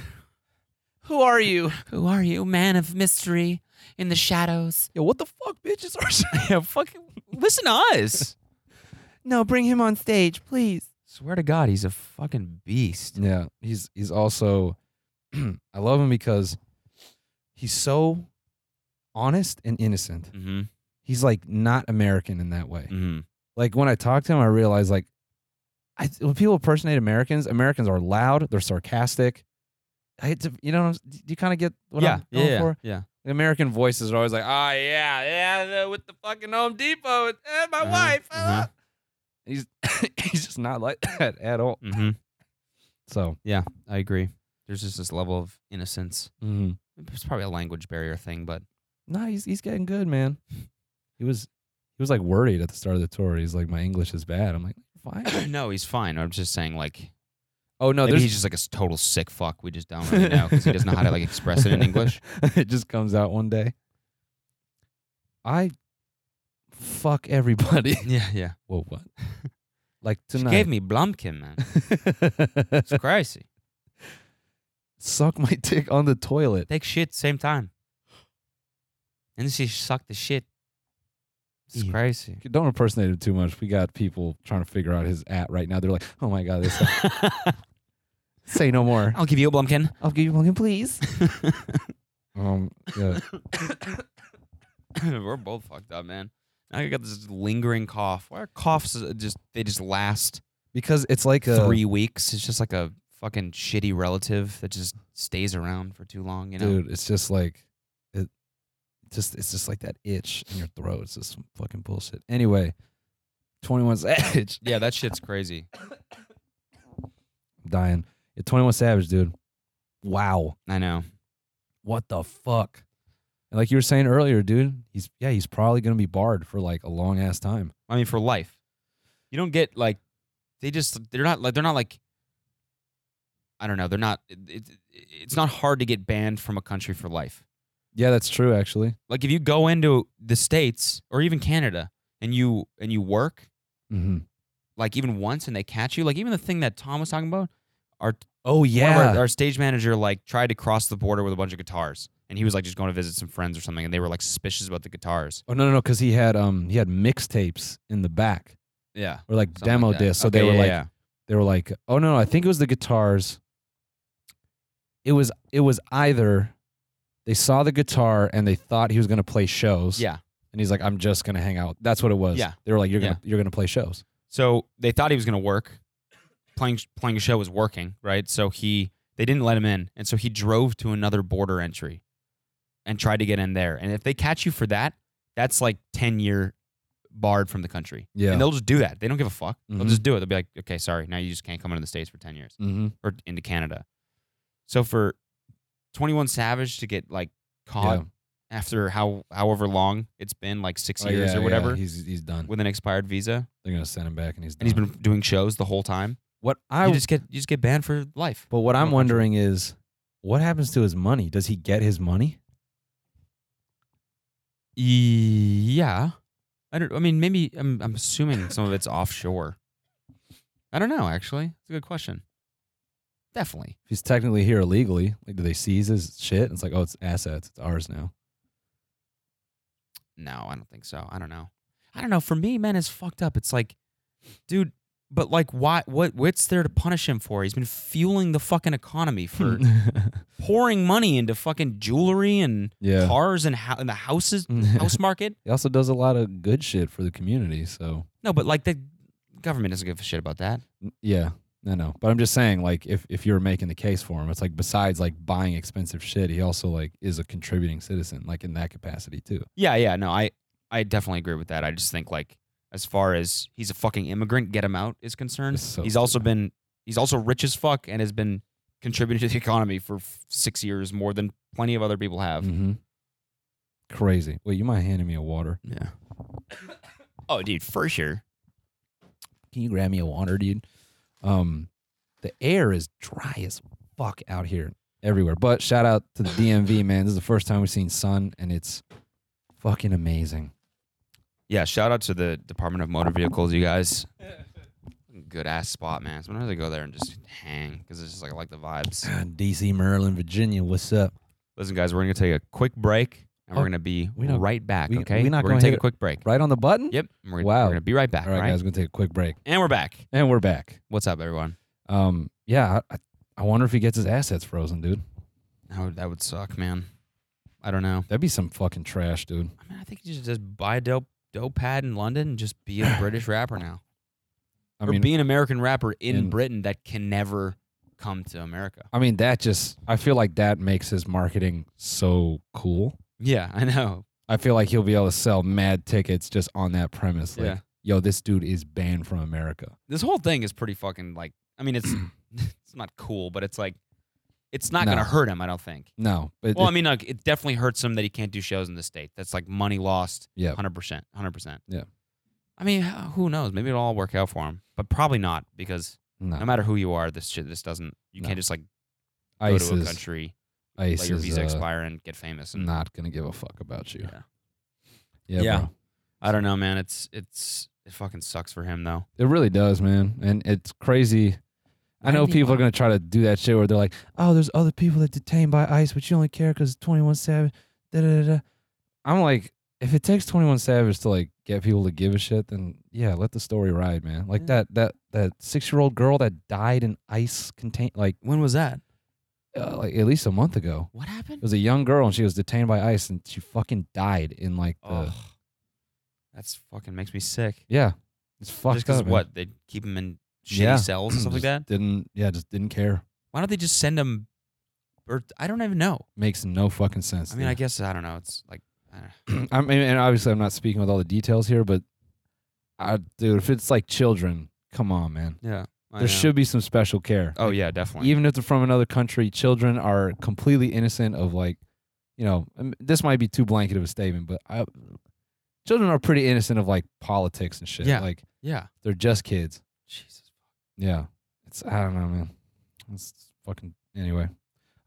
Speaker 1: <laughs> who are you?
Speaker 2: <laughs> Who are you, man of mystery in the
Speaker 1: <laughs>
Speaker 2: shadows?
Speaker 1: Yo, what the fuck, bitches <laughs> are?
Speaker 2: yeah, fucking listen to
Speaker 1: <laughs>
Speaker 2: us.
Speaker 1: no, bring him on stage, please.
Speaker 2: Swear to God, he's a fucking beast.
Speaker 1: Yeah, he's he's also. <clears throat> I love him because he's so honest and innocent.
Speaker 2: Mm-hmm.
Speaker 1: He's like not American in that way.
Speaker 2: Mm-hmm.
Speaker 1: Like when I talk to him, I realize like, I, when people impersonate Americans, Americans are loud. They're sarcastic. I, it's, you know, do you kind of get what
Speaker 2: yeah,
Speaker 1: I'm going
Speaker 2: yeah,
Speaker 1: for?
Speaker 2: yeah.
Speaker 1: The American voices are always like, "Ah, yeah, yeah, the- with the fucking Home Depot and eh, my
Speaker 2: Uh-huh,
Speaker 1: wife."
Speaker 2: uh-huh.
Speaker 1: ah." He's <coughs> he's just not like that at all.
Speaker 2: Mm-hmm.
Speaker 1: So
Speaker 2: I agree. There's just this level of innocence.
Speaker 1: Mm-hmm.
Speaker 2: It's probably a language barrier thing, <coughs> but
Speaker 1: no, he's he's getting good, man. He was he was like worried at the start of the tour. He's like, "My English is bad." I'm like, <coughs> "Fine."
Speaker 2: no, he's fine. I'm just saying, like,
Speaker 1: Oh no,
Speaker 2: maybe
Speaker 1: there's
Speaker 2: he's just like a s- total sick fuck. We just don't really know because he doesn't know how to like express it in English.
Speaker 1: <laughs> it just comes out one day. I fuck everybody.
Speaker 2: <laughs>
Speaker 1: <laughs>
Speaker 2: Yeah, yeah.
Speaker 1: Whoa,
Speaker 2: <laughs>
Speaker 1: what? Like
Speaker 2: She
Speaker 1: tonight.
Speaker 2: gave me Blumkin, man. It's crazy.
Speaker 1: <laughs> Suck my dick on the toilet.
Speaker 2: take shit same time. And she sucked the shit. It's
Speaker 1: Ew. <laughs>
Speaker 2: crazy.
Speaker 1: Don't impersonate him too much. We got people trying to figure out his at right now. They're like, "Oh my god,
Speaker 2: <laughs>
Speaker 1: this say no more."
Speaker 2: I'll give you a Blumpkin.
Speaker 1: <laughs>
Speaker 2: <laughs>
Speaker 1: I'll give you one, please. Um, yeah,
Speaker 2: We're both fucked up, man. Now I got this lingering cough. Why are coughs uh, just they just last
Speaker 1: <laughs> because it's like uh, a
Speaker 2: three weeks? It's just like a fucking shitty relative that just stays around for too long, you know?
Speaker 1: dude. It's just like it, just it's just like that itch in your throat. It's just some fucking bullshit. Anyway, 21 <laughs> Savage.
Speaker 2: Yeah, that shit's crazy.
Speaker 1: I'm dying. Yeah, 21 Savage, dude. Wow.
Speaker 2: I know.
Speaker 1: What the fuck? And like you were saying earlier, dude, he's yeah, he's probably gonna be barred for like a long ass time.
Speaker 2: I mean, for life, you don't get like they just they're not like they're not like I don't know. They're not. It, it- it's not hard to get banned from a country for life.
Speaker 1: Yeah, that's true, actually.
Speaker 2: Like if you go into the states or even Canada and you and you work
Speaker 1: hmm
Speaker 2: like even once and they catch you, like even the thing that Tom was talking about, our
Speaker 1: Oh
Speaker 2: one of our,
Speaker 1: yeah.
Speaker 2: our stage manager like tried to cross the border with a bunch of guitars and he was like just going to visit some friends or something and they were like suspicious about the guitars
Speaker 1: Oh no, no, no, because he had um he had mixtapes in the back
Speaker 2: yeah
Speaker 1: or like
Speaker 2: something
Speaker 1: demo
Speaker 2: like that.
Speaker 1: discs. So they
Speaker 2: Okay,
Speaker 1: were
Speaker 2: yeah,
Speaker 1: like
Speaker 2: yeah.
Speaker 1: they were like, oh no, no, I think it was the guitars. It was it was either they saw the guitar and they thought he was gonna play shows.
Speaker 2: yeah
Speaker 1: And he's like, I'm just gonna hang out. That's what it was.
Speaker 2: Yeah.
Speaker 1: They were like, You're gonna you're gonna play shows.
Speaker 2: so they thought he was going to work playing playing a show was working right so he they didn't let him in and so he drove to another border entry and tried to get in there and if they catch you for that that's like 10 year barred from the country
Speaker 1: Yeah.
Speaker 2: and they'll just do that they don't give a fuck
Speaker 1: Mhm.
Speaker 2: they'll just do it they'll be like okay sorry now you just can't come into the states for 10 years
Speaker 1: Mm-hmm.
Speaker 2: or into Canada. So for 21 Savage to get like caught
Speaker 1: Yeah.
Speaker 2: after how however long it's been, like six
Speaker 1: Oh,
Speaker 2: years
Speaker 1: yeah,
Speaker 2: or
Speaker 1: yeah,
Speaker 2: whatever,
Speaker 1: He's he's done.
Speaker 2: with an expired visa,
Speaker 1: They're gonna send him back and he's done.
Speaker 2: and he's been doing shows the whole time.
Speaker 1: what I
Speaker 2: you just get you just get banned for life.
Speaker 1: But what I'm
Speaker 2: Well, that's-
Speaker 1: wondering is, what happens to his money? Does he get his money?
Speaker 2: Yeah, I don't. I mean, maybe I'm I'm assuming some of it's offshore. I don't know. Actually, it's a good question. Definitely.
Speaker 1: If he's technically here illegally, like do they seize his shit? It's like, oh, it's assets. It's ours <laughs> now.
Speaker 2: No, I don't think so. I don't know. I don't know. For me, man, it's fucked up. It's like, dude, but like, why? What? What's there to punish him for? He's been fueling the fucking economy for pouring money into fucking jewelry and
Speaker 1: <laughs> yeah.
Speaker 2: cars and, ho- and the houses, house market.
Speaker 1: <laughs> he also does a lot of good shit for the community. So
Speaker 2: No, but like the government doesn't give a shit about that.
Speaker 1: n- yeah, I know. But I'm just saying, like, if if you're making the case for him, it's like besides like buying expensive shit, he also like is a contributing citizen, like in that capacity too.
Speaker 2: Yeah, yeah. No, I, I definitely agree with that. I just think like, as far as he's a fucking immigrant, get him out is concerned.
Speaker 1: It's so
Speaker 2: he's also been, he's also rich as fuck and has been contributing to the <laughs> economy for f- six years more than plenty of other people have.
Speaker 1: Mm-hmm. Crazy. Wait, you mind handing me a water?
Speaker 2: Yeah. <coughs> oh, dude, for sure.
Speaker 1: Can you grab me a water, dude? Um, the air is dry as fuck out here everywhere. But shout out to the <laughs> DMV, man. This is the first time we've seen sun, and it's fucking amazing.
Speaker 2: Yeah, shout out to the Department of Motor Vehicles, you <laughs> guys. Good ass spot, man. Sometimes I go there and just hang because it's just like I like the vibes.
Speaker 1: DC, Maryland, Virginia, what's up?
Speaker 2: Listen, guys, we're gonna take a quick break and
Speaker 1: Oh,
Speaker 2: we're gonna be
Speaker 1: we not-
Speaker 2: right back.
Speaker 1: we-
Speaker 2: okay,
Speaker 1: we not
Speaker 2: are gonna
Speaker 1: gonna
Speaker 2: take
Speaker 1: hit
Speaker 2: a
Speaker 1: it-
Speaker 2: quick break.
Speaker 1: Right on the button?
Speaker 2: Yep. and We're,
Speaker 1: Wow.
Speaker 2: we're gonna be right back.
Speaker 1: All
Speaker 2: Right,
Speaker 1: right, guys, we're gonna take a quick break,
Speaker 2: and we're back.
Speaker 1: and we're back.
Speaker 2: What's up, everyone?
Speaker 1: Um, yeah, I, I wonder if he gets his assets frozen, dude.
Speaker 2: Oh, that would suck, man. I don't know.
Speaker 1: That'd be some fucking trash, dude.
Speaker 2: I mean, I think you should just buy a dope dope pad in London and just
Speaker 1: <sighs>
Speaker 2: be a British rapper now.
Speaker 1: I
Speaker 2: or
Speaker 1: mean,
Speaker 2: be an American rapper in,
Speaker 1: in-
Speaker 2: Britain that can never come to America.
Speaker 1: I mean that just I feel like that makes his marketing so cool.
Speaker 2: Yeah, I know.
Speaker 1: I feel like he'll be able to sell mad tickets just on that premise. Like,
Speaker 2: Yeah.
Speaker 1: yo, this dude is banned from America.
Speaker 2: This whole thing is pretty fucking like I mean it's <coughs> it's not cool, but it's like it's not
Speaker 1: No.
Speaker 2: gonna hurt him, I don't think.
Speaker 1: No, but
Speaker 2: Well, I mean, like, it definitely hurts him that he can't do shows in the state. That's like money lost.
Speaker 1: Yeah.
Speaker 2: hundred percent, hundred percent.
Speaker 1: Yeah.
Speaker 2: I mean, h- who knows? Maybe it'll all work out for him, but probably not because
Speaker 1: no,
Speaker 2: no matter who you are, this shit, this doesn't. You
Speaker 1: Uh. No.
Speaker 2: can't just like go
Speaker 1: ICE
Speaker 2: to a
Speaker 1: is,
Speaker 2: country,
Speaker 1: ICE
Speaker 2: let your
Speaker 1: is,
Speaker 2: visa
Speaker 1: uh,
Speaker 2: expire, and get famous. And
Speaker 1: not gonna give a fuck about you.
Speaker 2: Yeah.
Speaker 1: Yeah,
Speaker 2: Yeah.
Speaker 1: bro.
Speaker 2: I don't know, man. It's it's it fucking sucks for him though.
Speaker 1: it really does, man, and it's crazy. I
Speaker 2: Why
Speaker 1: know
Speaker 2: do they
Speaker 1: people are
Speaker 2: want-
Speaker 1: gonna try to do that shit where they're like, "Oh, there's other people that detained by ICE, but you only care because 21 Savage." Da da da. da." I'm like, if it takes 21 Savage to like get people to give a shit, then yeah, let the story ride, man. Like
Speaker 2: Yeah.
Speaker 1: that that that six year old girl that died in ICE contain like
Speaker 2: When was that?
Speaker 1: uh, like at least a month ago.
Speaker 2: What happened?
Speaker 1: It was a young girl and she was detained by ICE and she fucking died in like the
Speaker 2: Ugh. That's fucking makes me sick.
Speaker 1: uh, yeah. It's fucked
Speaker 2: Just because
Speaker 1: up. man.
Speaker 2: what they keep him in shitty
Speaker 1: Yeah.
Speaker 2: cells and
Speaker 1: <clears throat>
Speaker 2: stuff like
Speaker 1: Just
Speaker 2: that.
Speaker 1: Didn't yeah, just didn't care.
Speaker 2: Why don't they just send him? Or I don't even know.
Speaker 1: Makes no fucking sense.
Speaker 2: I mean,
Speaker 1: dude. <clears throat>
Speaker 2: I guess I don't know. It's like I don't know.
Speaker 1: I mean, and obviously, I'm not speaking with all the details here, but I, dude, if it's like children, come on, man.
Speaker 2: Yeah. I
Speaker 1: there
Speaker 2: know.
Speaker 1: should be some special care.
Speaker 2: Oh yeah, definitely.
Speaker 1: Even if they're from another country, children are completely innocent of like, you know, um, this might be too blanket of a statement, but I, children are pretty innocent of like politics and shit.
Speaker 2: Yeah.
Speaker 1: Like
Speaker 2: yeah.
Speaker 1: they're just kids.
Speaker 2: Jesus.
Speaker 1: Yeah. It's I don't know, man. It's fucking anyway.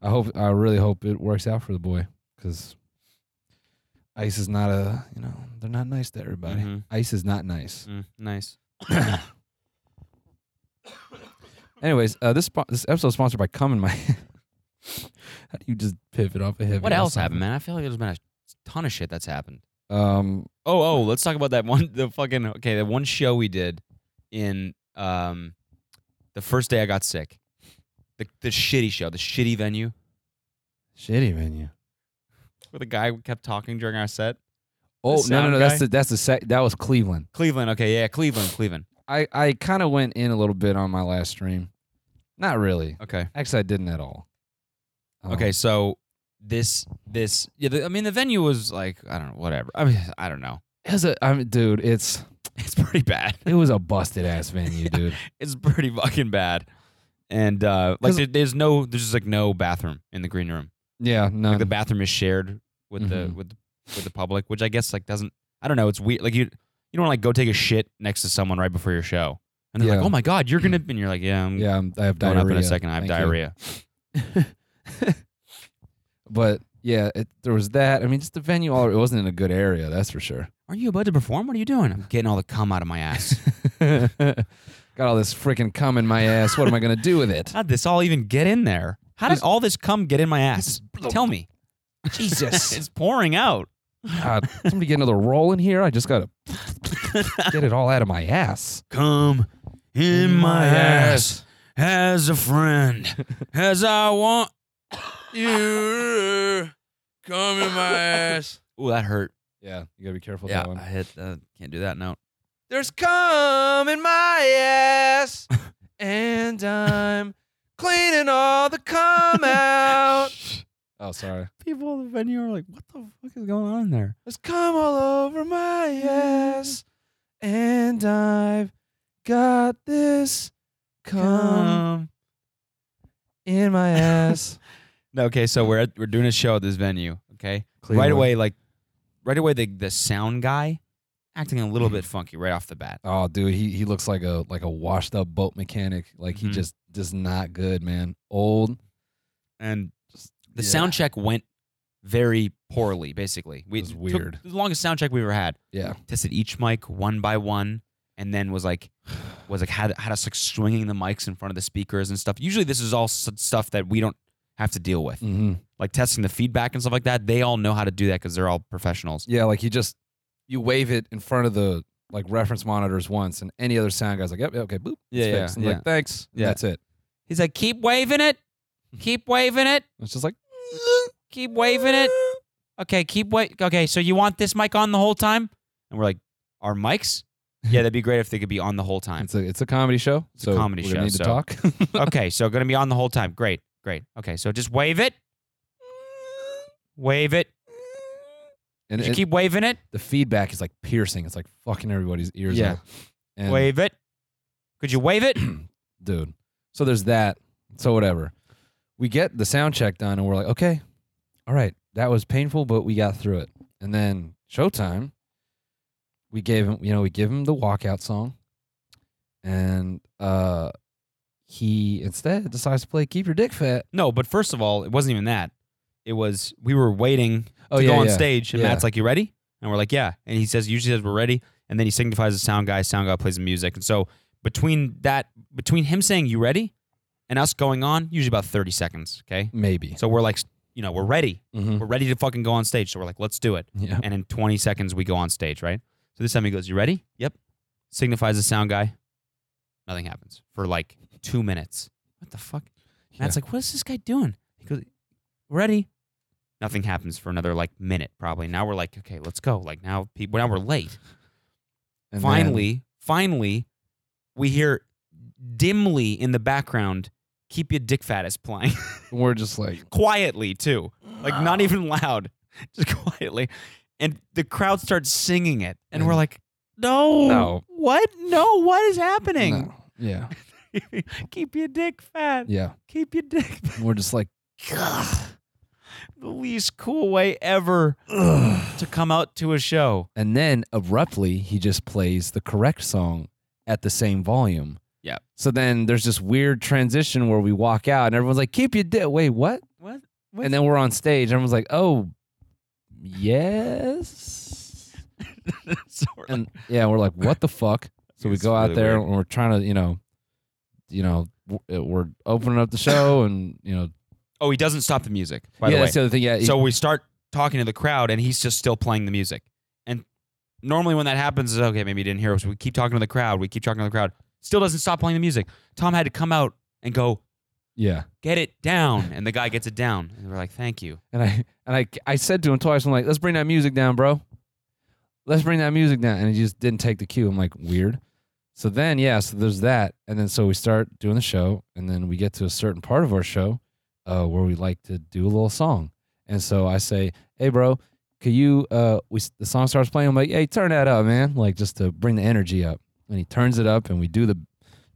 Speaker 1: I hope I really hope it works out for the boy cuz ICE is not a, you know, they're not nice to everybody.
Speaker 2: Mhm.
Speaker 1: ICE is not nice.
Speaker 2: Mm, nice.
Speaker 1: Anyways, uh, this spo- this episode is sponsored by Come in My <laughs> How do you just pivot off a heavy?
Speaker 2: What
Speaker 1: on
Speaker 2: else happened,
Speaker 1: something?
Speaker 2: man? I feel like there's been a ton of shit that's happened.
Speaker 1: Um
Speaker 2: Oh, oh, let's talk about that <laughs> one. The fucking okay, the one show we did in um, the first day I got sick. The the shitty show, the shitty venue
Speaker 1: shitty venue.
Speaker 2: where the guy kept talking during our set.
Speaker 1: Oh, no no
Speaker 2: sound
Speaker 1: no, that's
Speaker 2: guy?
Speaker 1: the that's the sec- that was Cleveland.
Speaker 2: Cleveland, okay, yeah, Cleveland, Cleveland.
Speaker 1: I I kind of went in a little bit on my last stream. Not really.
Speaker 2: Okay,
Speaker 1: Actually, I didn't at all. Um,
Speaker 2: okay. So this this yeah, the, I mean the venue was like I don't know whatever. I mean I don't know. <laughs>
Speaker 1: It was a, I mean, dude, it's
Speaker 2: It's pretty bad.
Speaker 1: it was a busted ass
Speaker 2: <laughs>
Speaker 1: venue, dude.
Speaker 2: It's pretty fucking bad. And uh, like
Speaker 1: 'Cause-
Speaker 2: there, there's no there's just like no bathroom in the green room.
Speaker 1: Yeah, no.
Speaker 2: like the bathroom is shared with the
Speaker 1: Mhm.
Speaker 2: with with the public, which I guess like doesn't I don't know, it's weird like you you don't wanna, like go take a shit next to someone right before your show. And they're
Speaker 1: Yeah.
Speaker 2: like, "Oh my god, you're
Speaker 1: <clears throat>
Speaker 2: going to and you're like, "Yeah, I'm
Speaker 1: yeah, I'm, I have
Speaker 2: going
Speaker 1: diarrhea.
Speaker 2: up in a second. I have
Speaker 1: Thank you.
Speaker 2: diarrhea."
Speaker 1: But yeah, it, there was that. I mean, just the venue. All it wasn't in a good area, that's for
Speaker 2: <laughs>
Speaker 1: sure.
Speaker 2: Aren't you about to perform? What are you doing? I'm getting all the cum out of
Speaker 1: <laughs>
Speaker 2: my ass.
Speaker 1: Got all this freaking cum in my ass. What am I gonna do with
Speaker 2: <laughs>
Speaker 1: it?
Speaker 2: How did this all even get in there? How did all this cum get in my ass? Tell me.
Speaker 1: <laughs> Jesus,
Speaker 2: <laughs> It's pouring out.
Speaker 1: God, Uh, somebody get another roll in here. I just gotta get it all out of my ass.
Speaker 2: Come in my ass as a <laughs> friend, as I want you. Come in my ass. Ooh, that hurt.
Speaker 1: Yeah, you gotta be careful with
Speaker 2: yeah,
Speaker 1: that
Speaker 2: I
Speaker 1: one.
Speaker 2: hit. Uh, can't do that note.
Speaker 1: There's cum in my <laughs> ass, and I'm cleaning all the <laughs> cum out. Oh, sorry.
Speaker 2: People at the venue are like, "What the fuck is going on there?"
Speaker 1: There's cum all over my ass, and I've got this
Speaker 2: Um,
Speaker 1: cum in my <laughs> ass.
Speaker 2: No, okay, so we're at, we're doing a show at this venue. Okay, right
Speaker 1: Cleveland.
Speaker 2: away, like right away, the the sound guy acting a
Speaker 1: <laughs>
Speaker 2: little bit funky right off the bat.
Speaker 1: Oh, dude, he he looks like a like a washed up boat mechanic. Like he
Speaker 2: Mhm.
Speaker 1: just just not good, man. Old.
Speaker 2: and
Speaker 1: Just-
Speaker 2: the
Speaker 1: yeah.
Speaker 2: sound check went very poorly. Basically, we
Speaker 1: It was
Speaker 2: took
Speaker 1: weird.
Speaker 2: the longest sound check we ever had.
Speaker 1: Yeah.
Speaker 2: Tested each mic one by one, and then was like, was like had had us like swinging the mics in front of the speakers and stuff. Usually, this is all s- stuff that we don't have to deal with,
Speaker 1: <sighs> Mm-hmm.
Speaker 2: like testing the feedback and stuff like that. They all know how to do that because they're all professionals.
Speaker 1: Yeah, like you just you wave it in front of the like reference monitors once, and any other sound guy's like, "Yep, yeah, okay, boop,
Speaker 2: Yeah,
Speaker 1: it's
Speaker 2: yeah,
Speaker 1: fixed." And
Speaker 2: yeah.
Speaker 1: Like thanks, and
Speaker 2: Yeah.
Speaker 1: that's it.
Speaker 2: He's like, keep waving it, keep waving it,
Speaker 1: It's just like
Speaker 2: keep waving it. Okay, keep wait. Okay, so you want this mic on the whole time? And we're like, our mics? Yeah, that'd be great if they could be on the whole
Speaker 1: <laughs>
Speaker 2: time.
Speaker 1: it's a it's a comedy show.
Speaker 2: It's a
Speaker 1: so
Speaker 2: comedy
Speaker 1: we're gonna
Speaker 2: show,
Speaker 1: Need
Speaker 2: so-
Speaker 1: to talk. <laughs>
Speaker 2: okay, so gonna be on the whole time. Great, great. Okay, so just wave it, wave it.
Speaker 1: and
Speaker 2: Just
Speaker 1: and
Speaker 2: keep waving it,
Speaker 1: the feedback is like piercing. It's like fucking everybody's ears.
Speaker 2: Yeah.
Speaker 1: Up. And
Speaker 2: wave it. Could you wave it?
Speaker 1: dude. So there's that. So whatever. We get the sound check done, and we're like, okay, all right, that was painful, but we got through it. And then showtime, we gave him, you know, we give him the walkout song, and uh, he instead decides to play "Keep Your Dick Fat."
Speaker 2: No, but first of all, it wasn't even that. It was we were waiting
Speaker 1: Oh
Speaker 2: to
Speaker 1: yeah,
Speaker 2: go on
Speaker 1: yeah.
Speaker 2: stage, and
Speaker 1: Yeah.
Speaker 2: Matt's like, "You ready?" And we're like, "Yeah." And he says, usually says we're ready, and then he signifies the sound guy. Sound guy plays the music, and so between that, between him saying "You ready," and us going on, usually about thirty seconds. Okay,
Speaker 1: maybe.
Speaker 2: so we're like, you know, we're ready.
Speaker 1: Mhm.
Speaker 2: We're ready to fucking go on stage. So we're like, let's do it.
Speaker 1: Yeah.
Speaker 2: and in 20 seconds we go on stage, right? So this time he goes, "You ready?" Yep. Signifies the sound guy. Nothing happens for like two minutes. What the fuck? Matt's like, "What is this guy doing?" He goes, "Ready." Nothing happens for another like minute probably. Now we're like, "Okay, let's go." Like now, people, now we're late.
Speaker 1: And then-
Speaker 2: finally, finally, we hear dimly in the background, "Keep your dick fat" is playing <laughs>
Speaker 1: we're just like,
Speaker 2: quietly too, like not <laughs> even loud, just quietly. And the crowd starts singing it, and we're
Speaker 1: Mhm.
Speaker 2: like, No.
Speaker 1: No.
Speaker 2: What? No. What is happening? <laughs>
Speaker 1: No. Yeah.
Speaker 2: Keep your dick fat.
Speaker 1: Yeah.
Speaker 2: Keep your dick.
Speaker 1: We're just
Speaker 2: <sighs>
Speaker 1: like, <clears throat>
Speaker 2: the least cool way ever
Speaker 1: ugh.
Speaker 2: to come out to a show.
Speaker 1: And then abruptly, he just plays the correct song at the same volume.
Speaker 2: Yep.
Speaker 1: So then there's this weird transition where we walk out and everyone's like, keep your dick. Wait, what?
Speaker 2: What?
Speaker 1: And then we're on stage. Everyone's like, oh, yes.
Speaker 2: <laughs> so we're like,
Speaker 1: And yeah, we're like, what the fuck? So we
Speaker 2: It's
Speaker 1: go out
Speaker 2: really
Speaker 1: there
Speaker 2: weird.
Speaker 1: and we're trying to, you know, you know, w- we're opening up the show and, you know,
Speaker 2: oh, he doesn't stop the music. By
Speaker 1: yeah,
Speaker 2: the way,
Speaker 1: that's the other thing. Yeah. he-
Speaker 2: so we start talking to the crowd, and he's just still playing the music. And normally, when that happens, is okay. Maybe he didn't hear us. We keep talking to the crowd. We keep talking to the crowd. Still doesn't stop playing the music. Tom had to come out and go
Speaker 1: yeah.
Speaker 2: get it down, and the guy gets it down. And we're like, thank you.
Speaker 1: And I and I I said to him twice, I'm like, let's bring that music down, bro. Let's bring that music down. And he just didn't take the cue. I'm like, weird. So then yeah, so there's that. And then so we start doing the show, and then we get to a certain part of our show uh, where we like to do a little song. And so I say, hey, bro, could you? Uh, we the song starts playing. I'm like, hey, turn that up, man. Like just to bring the energy up. And he turns it up, and we do the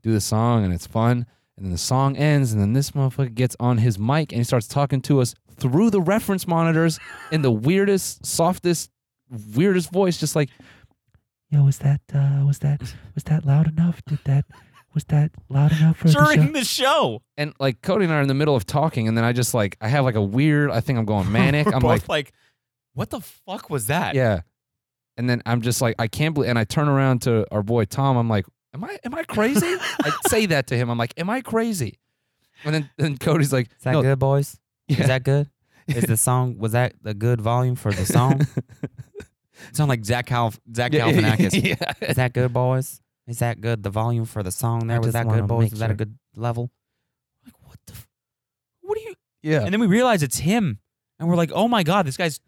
Speaker 1: do the song, and it's fun. And then the song ends, and then this motherfucker gets on his mic and he starts talking to us through the reference monitors in the weirdest, softest, weirdest voice, just like,
Speaker 3: Yo, was that uh, was that was that loud enough? Did that was that loud enough for the show?
Speaker 2: <laughs> During the show,
Speaker 1: and like Cody and I are in the middle of talking, and then I just like, I have like a weird, I think I'm
Speaker 4: <laughs>
Speaker 1: going manic.
Speaker 2: we're
Speaker 1: I'm like,
Speaker 2: both like, what the fuck was that?
Speaker 1: yeah. And then I'm just like, I can't believe, and I turn around to our boy Tom. I'm like, am I, am
Speaker 4: <laughs>
Speaker 1: I crazy? I say that to him. I'm like, am I crazy? And then, then Cody's like,
Speaker 4: Is that
Speaker 1: no,
Speaker 4: good, boys?
Speaker 1: Yeah.
Speaker 4: Is that good? Is
Speaker 1: <laughs>
Speaker 4: the song was that the good volume for the song?
Speaker 2: sound like Zach Cal Zach
Speaker 1: Yeah,
Speaker 2: Galifianakis.
Speaker 1: <laughs> yeah.
Speaker 4: Is that good, boys? Is that good? The volume for the song there was just that wanna good, boys? make Is that a sure. good level?
Speaker 2: Like what the? F- what are you?
Speaker 1: yeah.
Speaker 2: And then we realize it's him, and we're like, oh my god, this guy's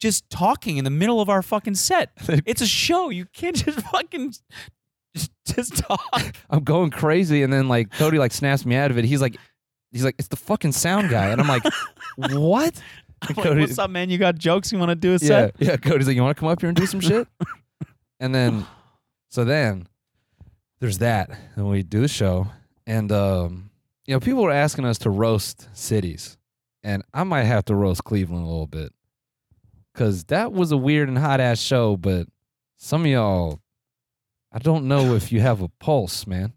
Speaker 2: just talking in the middle of our
Speaker 1: <laughs>
Speaker 2: fucking set. It's a show. You can't just fucking <laughs> just,
Speaker 1: <laughs>
Speaker 2: just talk.
Speaker 1: I'm going crazy, and then like Cody like snaps me out of it. He's like, he's like, it's the fucking sound guy, and I'm like, what?
Speaker 2: I'm like,
Speaker 1: Cody-
Speaker 2: What's up, man? You got jokes you want to do a
Speaker 1: Yeah,
Speaker 2: set?
Speaker 1: yeah. Cody's like, you want to come up here and do some shit? and then, so then, there's that, and we do the show, and um, you know, people were asking us to roast cities, and I might have to roast Cleveland a little bit, cause that was a weird and hot ass show, but some of y'all, I don't know if you have a pulse, man.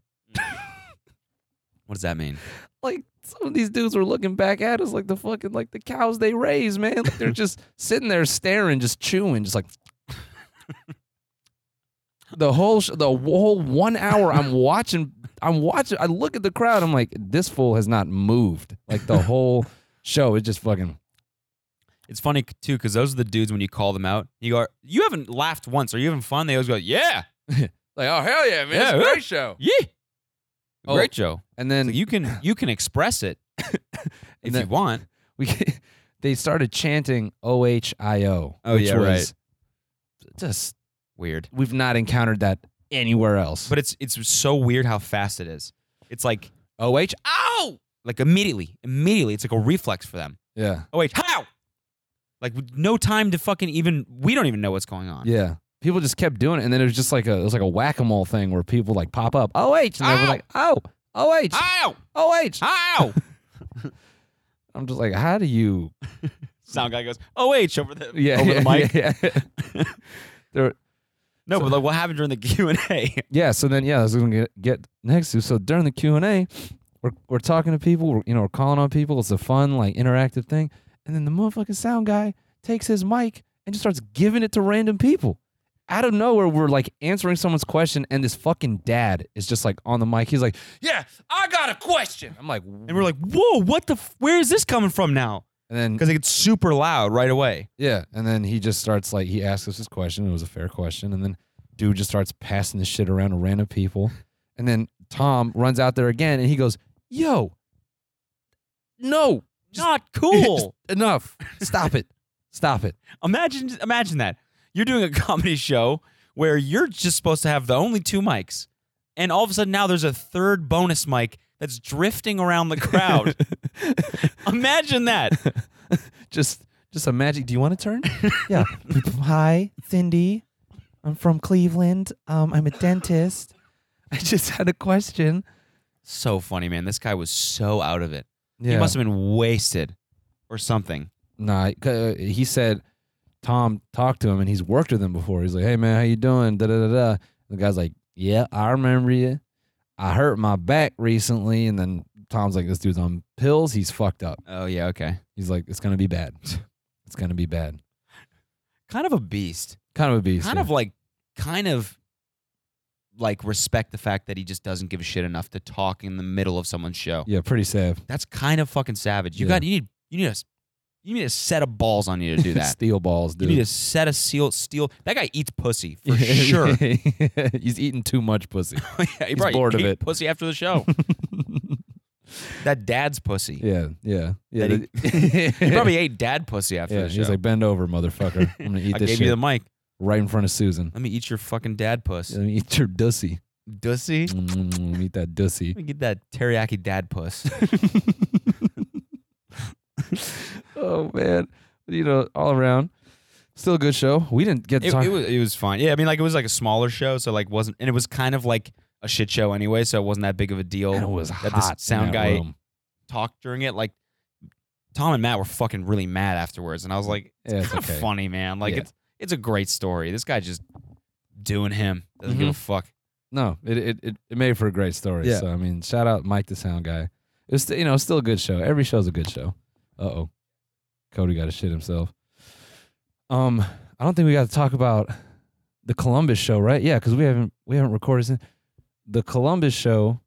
Speaker 2: What does that mean?
Speaker 1: like some of these dudes were looking back at us like the fucking like the cows they raise, man. Like
Speaker 2: <laughs>
Speaker 1: they're just sitting there staring, just chewing, just like the whole sh- the whole one hour.
Speaker 2: <laughs>
Speaker 1: I'm watching. I'm watching. I look at the crowd. I'm like, this fool has not moved. Like the whole show is just fucking.
Speaker 2: It's funny too because those are the dudes when you call them out. You go, you haven't laughed once. Are you having fun? They always go, yeah,
Speaker 1: Like oh hell yeah, man! it's
Speaker 2: Yeah.
Speaker 1: a great
Speaker 2: <laughs>
Speaker 1: show.
Speaker 2: yeah.
Speaker 1: Oh.
Speaker 2: Great <laughs> show.
Speaker 1: And then
Speaker 2: So you can you can express <laughs> it if
Speaker 1: then-
Speaker 2: you want.
Speaker 1: we <laughs> they started chanting O H I O.
Speaker 2: Oh,
Speaker 1: which
Speaker 2: yeah,
Speaker 1: was
Speaker 2: right.
Speaker 1: Just
Speaker 2: Weird.
Speaker 1: we've not encountered that anywhere else.
Speaker 2: But it's it's so weird how fast it is. It's like
Speaker 1: O H.
Speaker 2: ow, like immediately, immediately. It's like a reflex for them.
Speaker 1: Yeah.
Speaker 2: Oh wait, how? Like with no time to fucking even. We don't even know what's going on.
Speaker 1: Yeah. People just kept doing it, and then it was just like a it was like a whack a mole thing where people like pop up oh h and they were
Speaker 2: Ow!
Speaker 1: like oh oh h
Speaker 2: Ow!
Speaker 1: oh h.
Speaker 2: Ow!
Speaker 1: I'm just like how do you
Speaker 2: <laughs>
Speaker 1: <laughs>
Speaker 2: Sound guy goes, oh wait, over the
Speaker 1: yeah
Speaker 2: over
Speaker 1: yeah,
Speaker 2: <laughs> the mic.
Speaker 1: yeah, yeah. <laughs>
Speaker 2: No, but like what happened during the Q and A?
Speaker 1: Yeah, so then yeah, that's gonna get, get next to. So during the Q and A, we're we're talking to people, we're, you know, we're calling on people. It's a fun like interactive thing, and then the motherfucking sound guy takes his mic and just starts giving it to random people. Out of nowhere, we're like answering someone's question, and this fucking dad is just like on the mic. He's like, "Yeah, I got a question." I'm like,
Speaker 2: And we're like, whoa, what the? F- where is this coming from now?
Speaker 1: and then
Speaker 2: Because it gets super loud right away.
Speaker 1: Yeah, and then he just starts like he asks us this question. It was a fair question, and then dude just starts passing this shit around to random people, and then Tom runs out there again, and he goes, "Yo, no, Just-
Speaker 2: <laughs> Not cool.
Speaker 1: enough, stop it, stop it."
Speaker 2: Imagine imagine that. You're doing a <laughs> comedy show where you're just supposed to have the only two mics. And all of a sudden now there's a third bonus mic that's drifting around
Speaker 1: <laughs>
Speaker 2: the <laughs> crowd. imagine that.
Speaker 1: Just, just imagine. Do you want to turn? yeah. Hi, Cindy.
Speaker 3: I'm from Cleveland. Um, I'm a dentist. I just had a question.
Speaker 2: So funny, man. This guy was so out of it.
Speaker 1: Yeah.
Speaker 2: He must have been wasted or something.
Speaker 1: Nah, c- uh, he said Tom talked to him and he's worked with him before. He's like, "Hey man, how you doing?" Da da da da. The guy's like, "Yeah, I remember you. I hurt my back recently." And then Tom's like, "This dude's on pills. He's fucked up."
Speaker 2: Oh yeah, okay.
Speaker 1: He's like, "It's gonna be
Speaker 2: <laughs>
Speaker 1: bad. it's gonna be bad.
Speaker 2: Kind of a beast.
Speaker 1: Kind of a beast.
Speaker 2: Kind
Speaker 1: yeah.
Speaker 2: of like kind of like respect the fact that he just doesn't give a shit enough to talk in the middle of someone's show.
Speaker 1: yeah, pretty sad.
Speaker 2: That's kind of fucking savage. You
Speaker 1: Yeah.
Speaker 2: got you need you need a s- you need a set of balls on you
Speaker 1: <laughs>
Speaker 2: to do that.
Speaker 1: Steel balls,
Speaker 2: you
Speaker 1: dude.
Speaker 2: need a set of seal steel. That guy eats
Speaker 1: <laughs>
Speaker 2: pussy for sure. <laughs>
Speaker 1: he's eating too much pussy.
Speaker 2: yeah, he
Speaker 1: He's
Speaker 2: probably
Speaker 1: bored of
Speaker 2: ate
Speaker 1: it.
Speaker 2: Pussy after the show. that dad's pussy.
Speaker 1: <laughs> yeah, yeah, yeah.
Speaker 2: That
Speaker 1: the- <laughs>
Speaker 2: <laughs> He probably ate dad pussy after
Speaker 1: yeah.
Speaker 2: the show.
Speaker 1: He's like, "Bend over, motherfucker.
Speaker 2: <laughs>
Speaker 1: I'm gonna eat
Speaker 2: I
Speaker 1: this
Speaker 2: gave
Speaker 1: shit
Speaker 2: you the mic.
Speaker 1: right in front of Susan.
Speaker 2: Let me eat your fucking dad puss.
Speaker 1: Let me eat your dussy."
Speaker 2: Dussy.
Speaker 1: Mm, mm, mm, eat that
Speaker 2: Let <laughs>
Speaker 1: dussy.
Speaker 2: me get that teriyaki dad puss.
Speaker 1: oh man, you know, all around, still a good show. We didn't get to
Speaker 2: it,
Speaker 1: talk.
Speaker 2: it was it was fun. Yeah, I mean like it was like a smaller show, so like wasn't and it was kind of like a shit show anyway, so it wasn't that big of a deal.
Speaker 1: And it was
Speaker 2: that
Speaker 1: hot in
Speaker 2: This sound
Speaker 1: that
Speaker 2: guy
Speaker 1: room.
Speaker 2: talked during it. Like Tom and Matt were fucking really mad afterwards, and I was like, it's
Speaker 1: Yeah, it's
Speaker 2: kind of
Speaker 1: okay.
Speaker 2: funny, man. Like
Speaker 1: Yeah.
Speaker 2: it's it's a great story. This guy just doing him doesn't
Speaker 1: Mm-hmm.
Speaker 2: give a fuck.
Speaker 1: No, it, it it it made for a great story.
Speaker 2: Yeah.
Speaker 1: So I mean, shout out Mike the sound guy. It's you know still a good show. Every show's a good show. Uh oh, Cody got to shit himself. Um, I don't think we got to talk about the Columbus show, right? Yeah, because we haven't we haven't recorded since the Columbus show.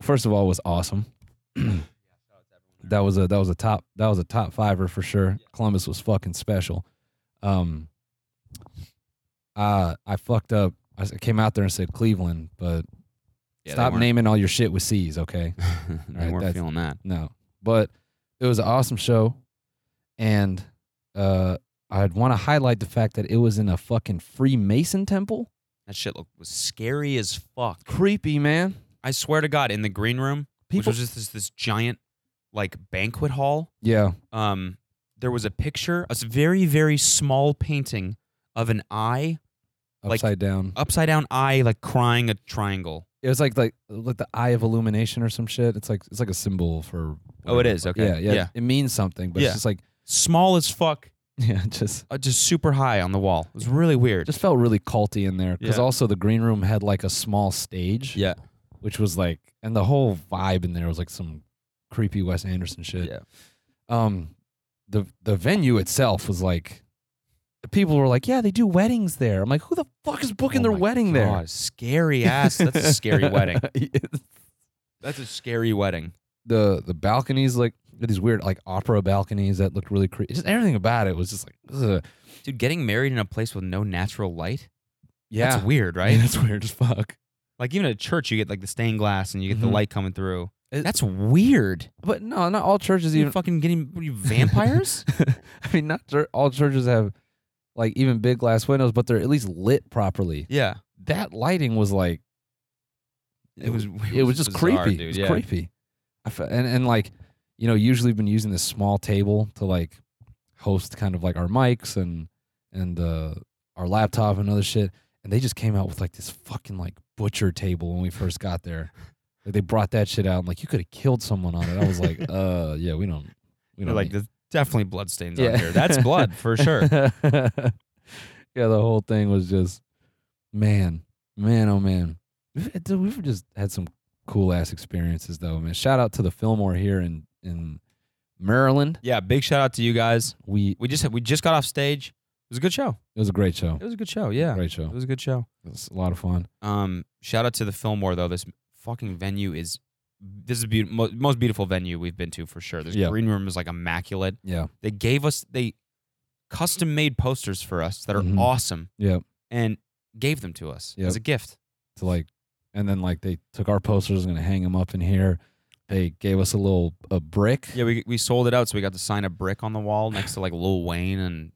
Speaker 1: First of all, was awesome. <clears throat> that was a that was a top that was a top fiver for sure. Columbus was fucking special. Um, uh, I fucked up. I s- came out there and said Cleveland, but
Speaker 2: Yeah, they
Speaker 1: stop
Speaker 2: weren't-
Speaker 1: naming all your shit with C's, okay?
Speaker 2: <laughs> they
Speaker 1: Right, that's-
Speaker 2: weren't feeling that.
Speaker 1: No, but it was an awesome show, and uh, I'd want to highlight the fact that it was in a fucking Freemason temple.
Speaker 2: That shit look was scary as fuck.
Speaker 1: Creepy, man.
Speaker 2: I swear to God, in the green room,
Speaker 1: People,
Speaker 2: which was just this this giant like banquet hall.
Speaker 1: yeah,
Speaker 2: um, there was a picture, a s- very, very small painting of an eye, Like-
Speaker 1: upside down.
Speaker 2: upside down eye, like crying a triangle.
Speaker 1: It was like like like the eye of illumination or some shit. It's like it's like a symbol for.
Speaker 2: Oh, it
Speaker 1: whatever.
Speaker 2: is, okay.
Speaker 1: Yeah, yeah.
Speaker 2: Yeah.
Speaker 1: It means something, but
Speaker 2: Yeah.
Speaker 1: it's just like <laughs>
Speaker 2: Small as fuck,
Speaker 1: yeah, just
Speaker 2: uh, just super high on the wall. It was really weird.
Speaker 1: just felt really culty in there because
Speaker 2: Yeah.
Speaker 1: also the green room had like a small stage.
Speaker 2: yeah.
Speaker 1: which was like, and the whole vibe in there was like some creepy Wes Anderson shit.
Speaker 2: Yeah.
Speaker 1: Um, the the venue itself was like, people were like, yeah, they do weddings there. I'm like, who the fuck is booking
Speaker 2: Oh
Speaker 1: their
Speaker 2: my
Speaker 1: wedding
Speaker 2: God, scary ass. That's
Speaker 1: <laughs>
Speaker 2: a scary wedding.
Speaker 1: there?
Speaker 2: That's a scary wedding.
Speaker 1: the the balconies like had these weird like opera balconies that looked really creepy. Just everything about it was just like, ugh.
Speaker 2: Dude, getting married in a place with no natural light?
Speaker 1: yeah, <laughs>
Speaker 2: That's weird,
Speaker 1: Yeah,
Speaker 2: right?
Speaker 1: that's weird as fuck.
Speaker 2: like even at a church, you get like the stained glass and you get
Speaker 1: Mhm.
Speaker 2: the light coming through.
Speaker 1: It-
Speaker 2: That's weird.
Speaker 1: But no, not all churches
Speaker 2: You
Speaker 1: even
Speaker 2: fucking getting what are you, vampires?
Speaker 1: <laughs> I mean, not chur- all churches have like even big glass windows, but they're at least lit properly.
Speaker 2: yeah.
Speaker 1: That lighting was like
Speaker 2: It was <laughs>
Speaker 1: it was just
Speaker 2: bizarre,
Speaker 1: creepy.
Speaker 2: dude.
Speaker 1: It was
Speaker 2: yeah.
Speaker 1: creepy. I fe- and and like you know, usually we've been using this small table to like host kind of like our mics and and uh, our laptop and other shit. And they just came out with like this fucking like butcher table when we first got there. Like, they brought that shit out and like you could have killed someone on it. I was
Speaker 2: <laughs>
Speaker 1: like, uh, yeah, we don't, we
Speaker 2: They're
Speaker 1: don't
Speaker 2: like,
Speaker 1: need-
Speaker 2: there's definitely blood stains
Speaker 1: Yeah.
Speaker 2: on here. That's
Speaker 1: <laughs>
Speaker 2: blood for sure.
Speaker 1: yeah, the whole thing was just, man, man, oh man. We've, had- dude, we've just had some cool ass experiences though, man. Shout out to the Fillmore here in in Maryland.
Speaker 2: Yeah, big shout out to you guys.
Speaker 1: We it
Speaker 2: We just we just got off stage. It was a good show.
Speaker 1: was a great show.
Speaker 2: It was a good show. Yeah,
Speaker 1: Great show.
Speaker 2: it
Speaker 1: It
Speaker 2: was a good show.
Speaker 1: was a lot of fun.
Speaker 2: Um, shout out to the Fillmore though. This fucking venue is this is be- mo- most beautiful venue we've been to for sure. This
Speaker 1: Yeah.
Speaker 2: green room is like immaculate.
Speaker 1: Yeah.
Speaker 2: They gave us they custom made posters for us that are
Speaker 1: Mhm.
Speaker 2: awesome.
Speaker 1: Yep.
Speaker 2: and gave them to us
Speaker 1: Yep.
Speaker 2: as a gift.
Speaker 1: To like and then like they took our posters and gonna hang them up in here. They gave us a little a brick.
Speaker 2: Yeah, we we sold it out, so we got to sign a brick on the wall next to like Lil Wayne and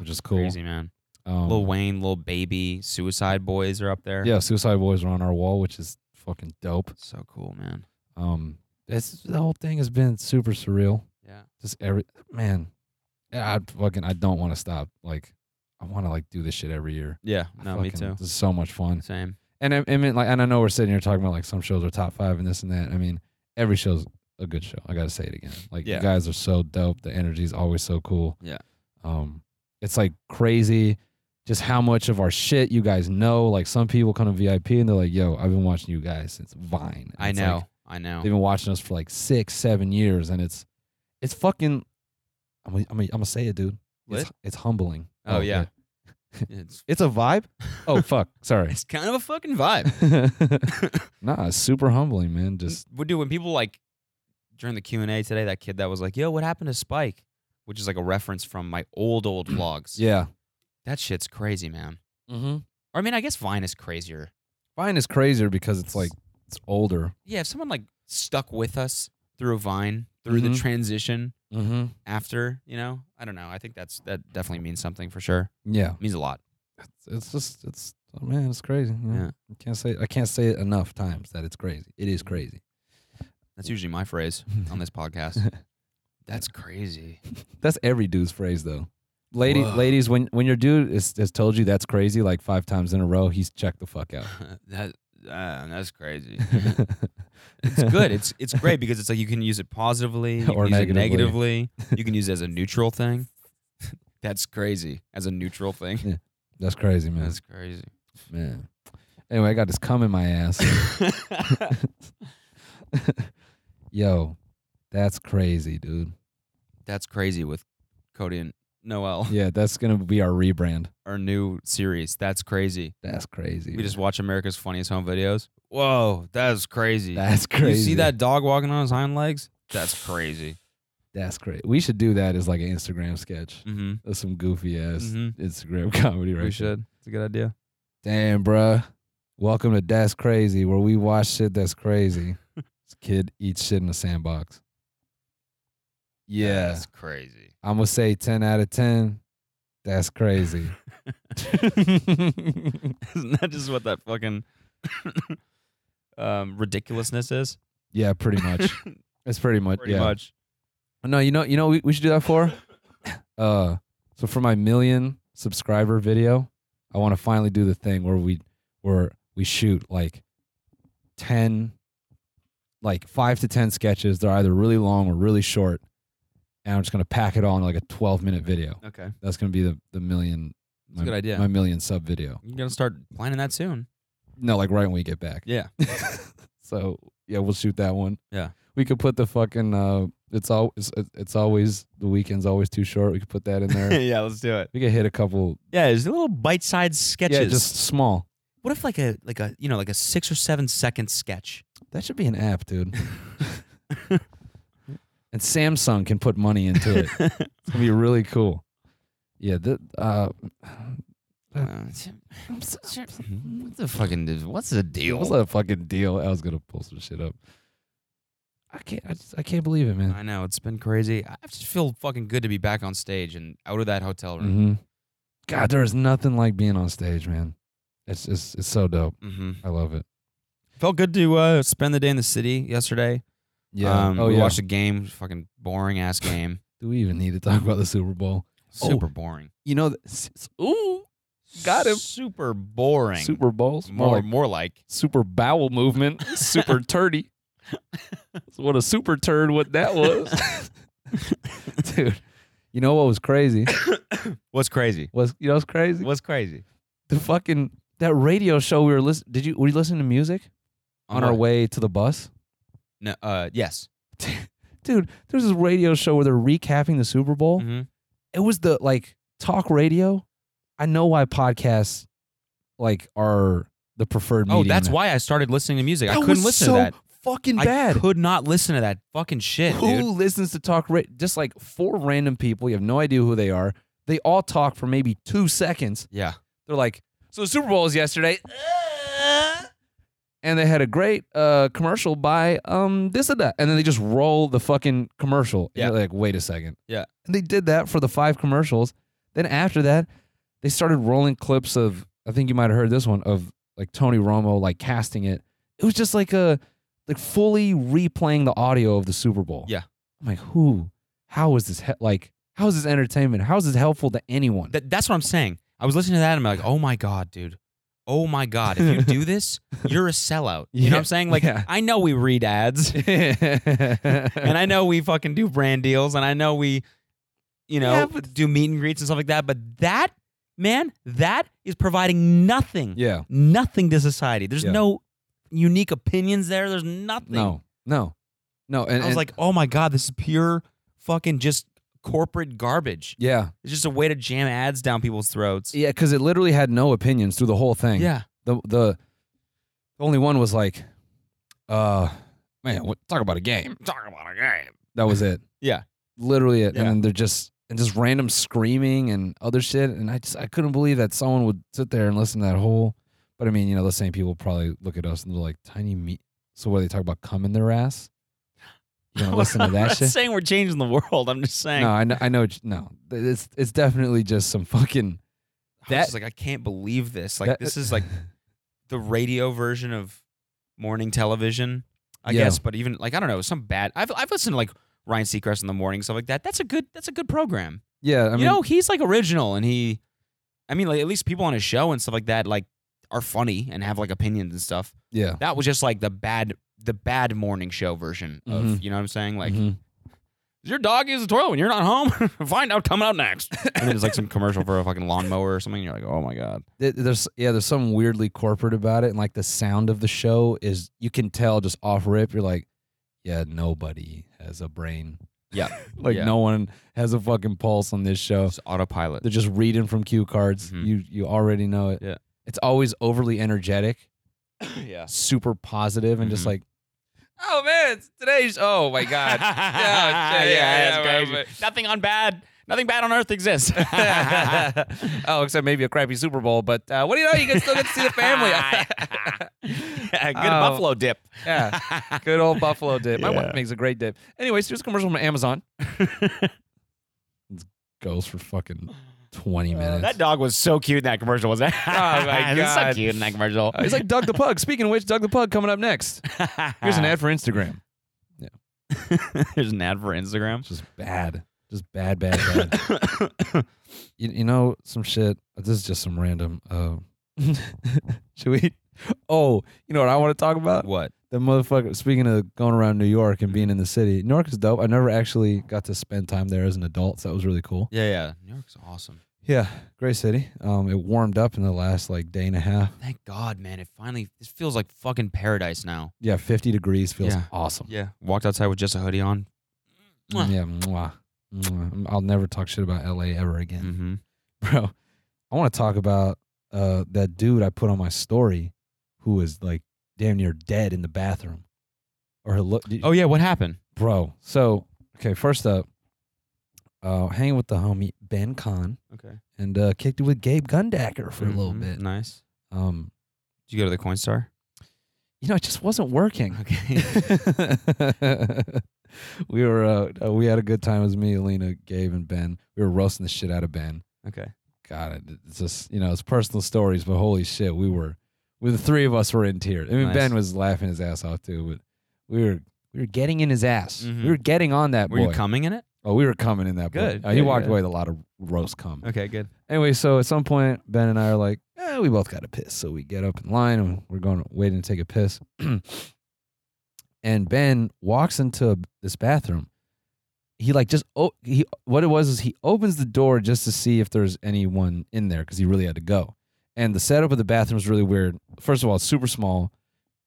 Speaker 1: Which is cool.
Speaker 2: Crazy man.
Speaker 1: Um,
Speaker 2: Lil Wayne, Lil Baby, Suicide Boys are up there.
Speaker 1: Yeah, Suicide Boys are on our wall, which is fucking dope.
Speaker 2: So cool, man.
Speaker 1: Um, it's the whole thing has been super surreal.
Speaker 2: Yeah.
Speaker 1: Just every man, I fucking I don't want to stop. Like I want to like do this shit every year.
Speaker 2: Yeah,
Speaker 1: I
Speaker 2: no, me
Speaker 1: fucking-
Speaker 2: too.
Speaker 1: This is so much fun.
Speaker 2: Same.
Speaker 1: And I, I mean, like, and I know we're sitting here talking about like some shows are top five and this and that. I mean, every show's a good show. I gotta say it again. Like,
Speaker 2: Yeah.
Speaker 1: you guys are so dope. The energy's always so cool.
Speaker 2: Yeah.
Speaker 1: Um, it's like crazy, just how much of our shit you guys know. Like, some people come to VIP and they're like, "Yo, I've been watching you guys since Vine." And
Speaker 2: I
Speaker 1: it's like,
Speaker 2: know. I know.
Speaker 1: They've been watching us for like six, seven years, and it's it's fucking. I'm gonna, I'm gonna, I'm gonna say it, dude. It's,
Speaker 2: Lit?
Speaker 1: it's humbling.
Speaker 2: Oh, yeah. It's
Speaker 1: it's a
Speaker 2: <laughs>
Speaker 1: vibe. Oh fuck, sorry.
Speaker 2: it's kind of a
Speaker 1: <laughs>
Speaker 2: fucking vibe.
Speaker 1: nah, it's super humbling,
Speaker 2: Mm.
Speaker 1: man. Just
Speaker 2: Well, dude, when people like during the Q and A today, that kid that was like, "Yo, what happened to Spike?" Which is like a reference from my
Speaker 1: <clears throat>
Speaker 2: old old vlogs.
Speaker 1: yeah.
Speaker 2: that shit's crazy, man.
Speaker 1: Mm-hmm.
Speaker 2: Or I mean, I guess Vine is crazier.
Speaker 1: Vine is crazier because it's like it's older.
Speaker 2: Yeah, if someone like stuck with us through Vine through the
Speaker 1: Mhm.
Speaker 2: transition
Speaker 1: Mm-hmm.
Speaker 2: after, you know, I don't know. I think that's that definitely means something for sure.
Speaker 1: Yeah.
Speaker 2: means a lot.
Speaker 1: It's, it's just it's oh, man, it's crazy. you know?
Speaker 2: Yeah.
Speaker 1: I can't say I can't say it enough times that it's crazy. It is
Speaker 2: <laughs>
Speaker 1: crazy.
Speaker 2: That's usually my phrase on this podcast.
Speaker 1: <laughs>
Speaker 2: That's crazy.
Speaker 1: That's every dude's phrase though. Lady,
Speaker 2: Whoa.
Speaker 1: ladies, when when your dude is, has told you that's crazy like five times in a row, he's checked the fuck out.
Speaker 2: that uh,
Speaker 1: <laughs>
Speaker 2: that's crazy. <laughs> it's good. It's it's great because it's like you can use it
Speaker 1: <laughs>
Speaker 2: positively you
Speaker 1: Or
Speaker 2: can use
Speaker 1: negatively. <laughs>
Speaker 2: It negatively. You can use it as a neutral thing. <laughs> that's crazy. As a neutral thing.
Speaker 1: <laughs> That's crazy, man.
Speaker 2: That's crazy.
Speaker 1: man. Anyway, I got this cum in my
Speaker 2: <laughs>
Speaker 1: ass. <laughs> Yo, that's crazy, dude.
Speaker 2: that's crazy with Cody and Noel.
Speaker 1: Yeah, that's gonna be our rebrand.
Speaker 2: <laughs> Our new series. That's crazy.
Speaker 1: That's crazy.
Speaker 2: We just watch America's Funniest Home Videos. Whoa, that is crazy.
Speaker 1: that's crazy.
Speaker 2: You see that dog walking on his hind legs? That's crazy.
Speaker 1: That's crazy. We should do that as like an Instagram sketch.
Speaker 2: Mm-hmm.
Speaker 1: That's some goofy ass
Speaker 2: Mhm.
Speaker 1: Instagram <laughs> comedy, right? there.
Speaker 2: We should. It's a good idea.
Speaker 1: Damn, bruh. Welcome to That's Crazy, where we watch shit that's crazy. this kid eats shit in a sandbox. Yeah.
Speaker 2: That's crazy.
Speaker 1: I'm going to say 10 out of 10. That's
Speaker 2: <laughs>
Speaker 1: crazy.
Speaker 2: <laughs> Isn't that just what that fucking <coughs> um, ridiculousness is?
Speaker 1: yeah, pretty
Speaker 2: <laughs>
Speaker 1: much. That's pretty much.
Speaker 2: Pretty
Speaker 1: yeah.
Speaker 2: much.
Speaker 1: No, you know, you know, what we, we should do that
Speaker 2: <laughs>
Speaker 1: for. Uh, so for my million subscriber video, I want to finally do the thing where we where we shoot like ten, like five to ten sketches. They're either really long or really short, and I'm just gonna pack it all in like a 12 minute video.
Speaker 2: Okay.
Speaker 1: That's gonna be the the million.
Speaker 2: That's a good idea.
Speaker 1: My million sub video.
Speaker 2: You're going to start planning that soon.
Speaker 1: No, like right when we get back.
Speaker 2: Yeah.
Speaker 1: so yeah, we'll shoot that one.
Speaker 2: Yeah.
Speaker 1: we could put the fucking uh, it's all it's, it's always the weekend's always too short. We could put that in there.
Speaker 2: <laughs> yeah, let's do it.
Speaker 1: we could hit a couple.
Speaker 2: Yeah, just little bite-sized sketches.
Speaker 1: Yeah, just small.
Speaker 2: what if like a like a you know like a six or seven second sketch?
Speaker 1: That should be an app,
Speaker 2: <laughs>
Speaker 1: dude. <laughs> and Samsung can put money into
Speaker 2: <laughs>
Speaker 1: it. It's gonna be really cool. Yeah, the uh,
Speaker 2: Uh,
Speaker 1: mm-hmm.
Speaker 2: What the fucking what's the deal?
Speaker 1: what's that fucking deal? I was gonna pull some shit up. I can't. I, just, I can't believe it, man.
Speaker 2: I know it's been crazy. I just feel fucking good to be back on stage and out of that hotel room.
Speaker 1: hmm God, there is nothing like being on stage, man. It's just it's so dope.
Speaker 2: Mm-hmm.
Speaker 1: I love it.
Speaker 2: Felt good to uh, spend the day in the city yesterday. Um,
Speaker 1: oh
Speaker 2: we
Speaker 1: yeah.
Speaker 2: watched a game. Fucking boring ass game.
Speaker 1: Do we even need to talk about the Super Bowl? <laughs> Oh.
Speaker 2: Super boring.
Speaker 1: You know, th- s- s- ooh, Got him.
Speaker 2: Super boring.
Speaker 1: Super Bowls
Speaker 2: more
Speaker 1: more like
Speaker 2: more like.
Speaker 1: super bowel <laughs> movement, super <laughs> turdy. That's what a super turd! What that was, <laughs> dude. You know what was crazy?
Speaker 2: What's crazy?
Speaker 1: Was you know what's crazy?
Speaker 2: What's crazy?
Speaker 1: The fucking that radio show we were listening. Did you were you listening to music on our
Speaker 2: what?
Speaker 1: way to the bus?
Speaker 2: No, uh, yes.
Speaker 1: Dude, there's this radio show where they're recapping the Super Bowl.
Speaker 2: Mhm.
Speaker 1: it was the like talk radio. I know why podcasts like are the preferred
Speaker 2: Oh,
Speaker 1: medium.
Speaker 2: that's
Speaker 1: now.
Speaker 2: why I started listening to music. I
Speaker 1: That
Speaker 2: couldn't
Speaker 1: was
Speaker 2: listen
Speaker 1: so
Speaker 2: to that.
Speaker 1: Fucking
Speaker 2: I
Speaker 1: bad.
Speaker 2: could not listen to that fucking shit,
Speaker 1: who
Speaker 2: dude.
Speaker 1: listens to talk ra- just like four random people? You have no idea who they are. They all talk for maybe two seconds.
Speaker 2: Yeah.
Speaker 1: They're like, "So the Super Bowl was yesterday," and they had a great uh, commercial by um this and that, and then they just roll the fucking commercial.
Speaker 2: Yeah.
Speaker 1: And you're like, wait a second.
Speaker 2: Yeah.
Speaker 1: And they did that for the five commercials. Then after that, they started rolling clips of I think you might have heard this one of like Tony Romo like casting it. It was just like a like fully replaying the audio of the Super Bowl.
Speaker 2: Yeah.
Speaker 1: I'm like, who? How is this he- like? How is this entertainment? How is this helpful to anyone?
Speaker 2: That, that's what I'm saying. I was listening to that and I'm like, oh my God, dude. Oh my God. If you
Speaker 1: <laughs>
Speaker 2: do this, you're a sellout. You know what
Speaker 1: Yeah,
Speaker 2: I'm saying?
Speaker 1: <laughs>
Speaker 2: Like,
Speaker 1: yeah.
Speaker 2: I know we
Speaker 1: <laughs>
Speaker 2: read ads <laughs> and I know we fucking do brand deals and I know we, you know,
Speaker 1: Yeah,
Speaker 2: do meet and greets and stuff like that. But that, man, that is providing nothing,
Speaker 1: yeah.
Speaker 2: nothing to society. There's
Speaker 1: Yeah.
Speaker 2: no unique opinions there. There's nothing.
Speaker 1: No. No. No. And
Speaker 2: I was
Speaker 1: and-
Speaker 2: like, oh my God, this is pure fucking just corporate garbage.
Speaker 1: yeah,
Speaker 2: It's just a way to jam ads down people's throats.
Speaker 1: yeah, because it literally had no opinions through the whole thing.
Speaker 2: Yeah.
Speaker 1: The the only one was like, uh, man, what, talk about a game.
Speaker 2: Talk about a game.
Speaker 1: That was it.
Speaker 2: <laughs> Yeah.
Speaker 1: Literally it.
Speaker 2: Yeah.
Speaker 1: And then they're just and just random screaming and other shit. And I just I couldn't believe that someone would sit there and listen to that whole but I mean, you know, the same people probably look at us and they're like, tiny meat. So what they talk about cum in their ass? You
Speaker 2: <laughs>
Speaker 1: gonna listen to
Speaker 2: I'm
Speaker 1: that
Speaker 2: not
Speaker 1: shit?
Speaker 2: saying we're changing the world. I'm just saying.
Speaker 1: No, I know, I know it's- no. It's it's definitely just some fucking
Speaker 2: I was
Speaker 1: that-
Speaker 2: Oh, just like, I can't believe this. Like,
Speaker 1: that-
Speaker 2: this is like the radio version of morning television, I
Speaker 1: Yeah.
Speaker 2: guess. But even like, I don't know, some bad. I've I've listened to like Ryan Seacrest in the morning, stuff like that. That's a good. That's a good program.
Speaker 1: <laughs> Yeah, I mean
Speaker 2: you know, he's like original, and he, I mean, like at least people on his show and stuff like that, like are funny and have like opinions and stuff.
Speaker 1: Yeah.
Speaker 2: That was just like the bad, the bad morning show version of.
Speaker 1: Mhm.
Speaker 2: You know what I'm saying? Like.
Speaker 1: Mhm.
Speaker 2: Does your dog use the toilet when you're not home? <laughs> Find out coming
Speaker 1: <laughs>
Speaker 2: out next. And then it's like some commercial for a fucking lawnmower or something. And you're like, oh my god.
Speaker 1: Th- there's yeah, there's something weirdly corporate about it, and like the sound of the show is you can tell just off rip. You're like, yeah, nobody has a brain.
Speaker 2: Yeah.
Speaker 1: <laughs> like
Speaker 2: Yeah.
Speaker 1: no one has a fucking pulse on this show.
Speaker 2: It's autopilot.
Speaker 1: They're just reading from cue cards.
Speaker 2: Mhm.
Speaker 1: You you already know it.
Speaker 2: Yeah.
Speaker 1: it's always overly energetic,
Speaker 2: <laughs> yeah.
Speaker 1: super positive, and just
Speaker 2: Mhm.
Speaker 1: like, oh man, it's today's. Oh my
Speaker 2: <laughs>
Speaker 1: god. yeah,
Speaker 2: yeah,
Speaker 1: yeah,
Speaker 2: that's
Speaker 1: right,
Speaker 2: crazy.
Speaker 1: right.
Speaker 2: Nothing on bad. Nothing bad on earth <laughs> exists.
Speaker 1: oh, except maybe a crappy Super Bowl, but uh, what do you know? You can still get to see the family.
Speaker 2: <laughs> Yeah, good
Speaker 1: Oh.
Speaker 2: buffalo dip.
Speaker 1: <laughs>
Speaker 2: <laughs>
Speaker 1: yeah, Good old buffalo dip. My
Speaker 2: Yeah.
Speaker 1: wife makes a great dip. Anyways, here's a commercial from <laughs> Amazon. It goes for fucking 20 minutes.
Speaker 2: Uh, that dog was so cute in that commercial, wasn't <laughs> it? Oh
Speaker 1: my God.
Speaker 2: so cute in that commercial.
Speaker 1: Uh, he's like Doug the Pug. Speaking of which, Doug the Pug coming up next. Here's
Speaker 2: <laughs>
Speaker 1: an ad for Instagram.
Speaker 2: There's an ad for Instagram.
Speaker 1: It's just bad. Just bad, bad, bad. <laughs> you, you know, some shit. Uh, This is just some random. Uh, <laughs> should we? Oh, you know what I want to talk about?
Speaker 2: <laughs> what?
Speaker 1: The motherfucker. Speaking of going around New York and being in the city, New York is dope. I never actually got to spend time there as an adult, so that was really cool.
Speaker 2: Yeah, yeah. New York's awesome.
Speaker 1: Yeah, great city. Um, it warmed up in the last like day and a half.
Speaker 2: Thank God, man. It finally this feels like fucking paradise now.
Speaker 1: Yeah, fifty degrees feels
Speaker 2: Yeah.
Speaker 1: awesome. Mm,
Speaker 2: Yeah. Walked outside with just a hoodie on. Mwah.
Speaker 1: Yeah, mwah. Mwah. I'll never talk shit about LA ever again, <laughs>
Speaker 2: Mm-hmm.
Speaker 1: bro. I want to talk about uh that dude I put on my story, who was like damn near dead in the bathroom, or he look.
Speaker 2: Oh yeah, what happened?
Speaker 1: bro. So okay, first up, uh, hanging with the homie Ben Kahn
Speaker 2: Okay.
Speaker 1: and uh, kicked it with Gabe Gundacker for a little bit.
Speaker 2: Mm-hmm. Nice.
Speaker 1: Um,
Speaker 2: Did you go to the Coinstar?
Speaker 1: you know, it just wasn't working. <laughs>
Speaker 2: Okay. <laughs>
Speaker 1: we were uh, uh, we had a good time. It was me, Alina, Gabe, and Ben. We were roasting the shit out of Ben.
Speaker 2: okay.
Speaker 1: God, it- it's just you know, it's personal stories, but holy shit, we were. We, the three of us were in tears. I mean,
Speaker 2: Nice.
Speaker 1: Ben was laughing his ass off too, but we were we were getting in his ass.
Speaker 2: Mhm.
Speaker 1: We were getting on that
Speaker 2: Were
Speaker 1: boy.
Speaker 2: you coming in it?
Speaker 1: oh, we were coming in that
Speaker 2: Good,
Speaker 1: boy. Uh, he
Speaker 2: good,
Speaker 1: walked
Speaker 2: good.
Speaker 1: away with a lot of roast cum.
Speaker 2: Okay, good.
Speaker 1: Anyway, so at some point, Ben and I are like, eh, we both got to piss. So we get up in line and we're going waiting to take a piss. <clears throat> and Ben walks into this bathroom. He like just oh he what it was is he opens the door just to see if there's anyone in there because he really had to go. And the setup of the bathroom is really weird. First of all, it's super small.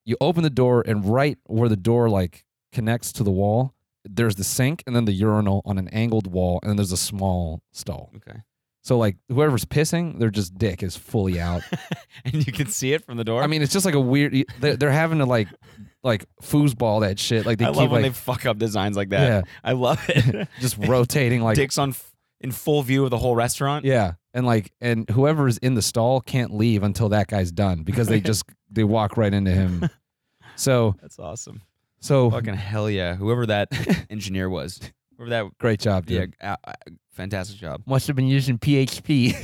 Speaker 1: You open the door and right where the door like connects to the wall, there's the sink and then the urinal on an angled wall, and then there's a small stall.
Speaker 2: Okay. <laughs>
Speaker 1: So like whoever's pissing, their just dick is fully out.
Speaker 2: <laughs> and you can see it from the door.
Speaker 1: I mean, it's just like a weird. They're, they're having to like like foosball that shit. Like they
Speaker 2: I
Speaker 1: keep
Speaker 2: love when
Speaker 1: like
Speaker 2: they fuck up designs like that. I love <laughs> it.
Speaker 1: yeah, just rotating like
Speaker 2: Dicks on f- in full view of the whole restaurant.
Speaker 1: yeah, and like and whoever's in the stall can't leave until that guy's done because
Speaker 2: <laughs>
Speaker 1: they just they walk right into him. So
Speaker 2: That's awesome.
Speaker 1: so
Speaker 2: Fucking hell yeah! Whoever <laughs> that engineer was, whoever that
Speaker 1: great job, dude.
Speaker 2: yeah, uh, uh, fantastic job. <laughs>
Speaker 1: Must have been using <laughs> PHP.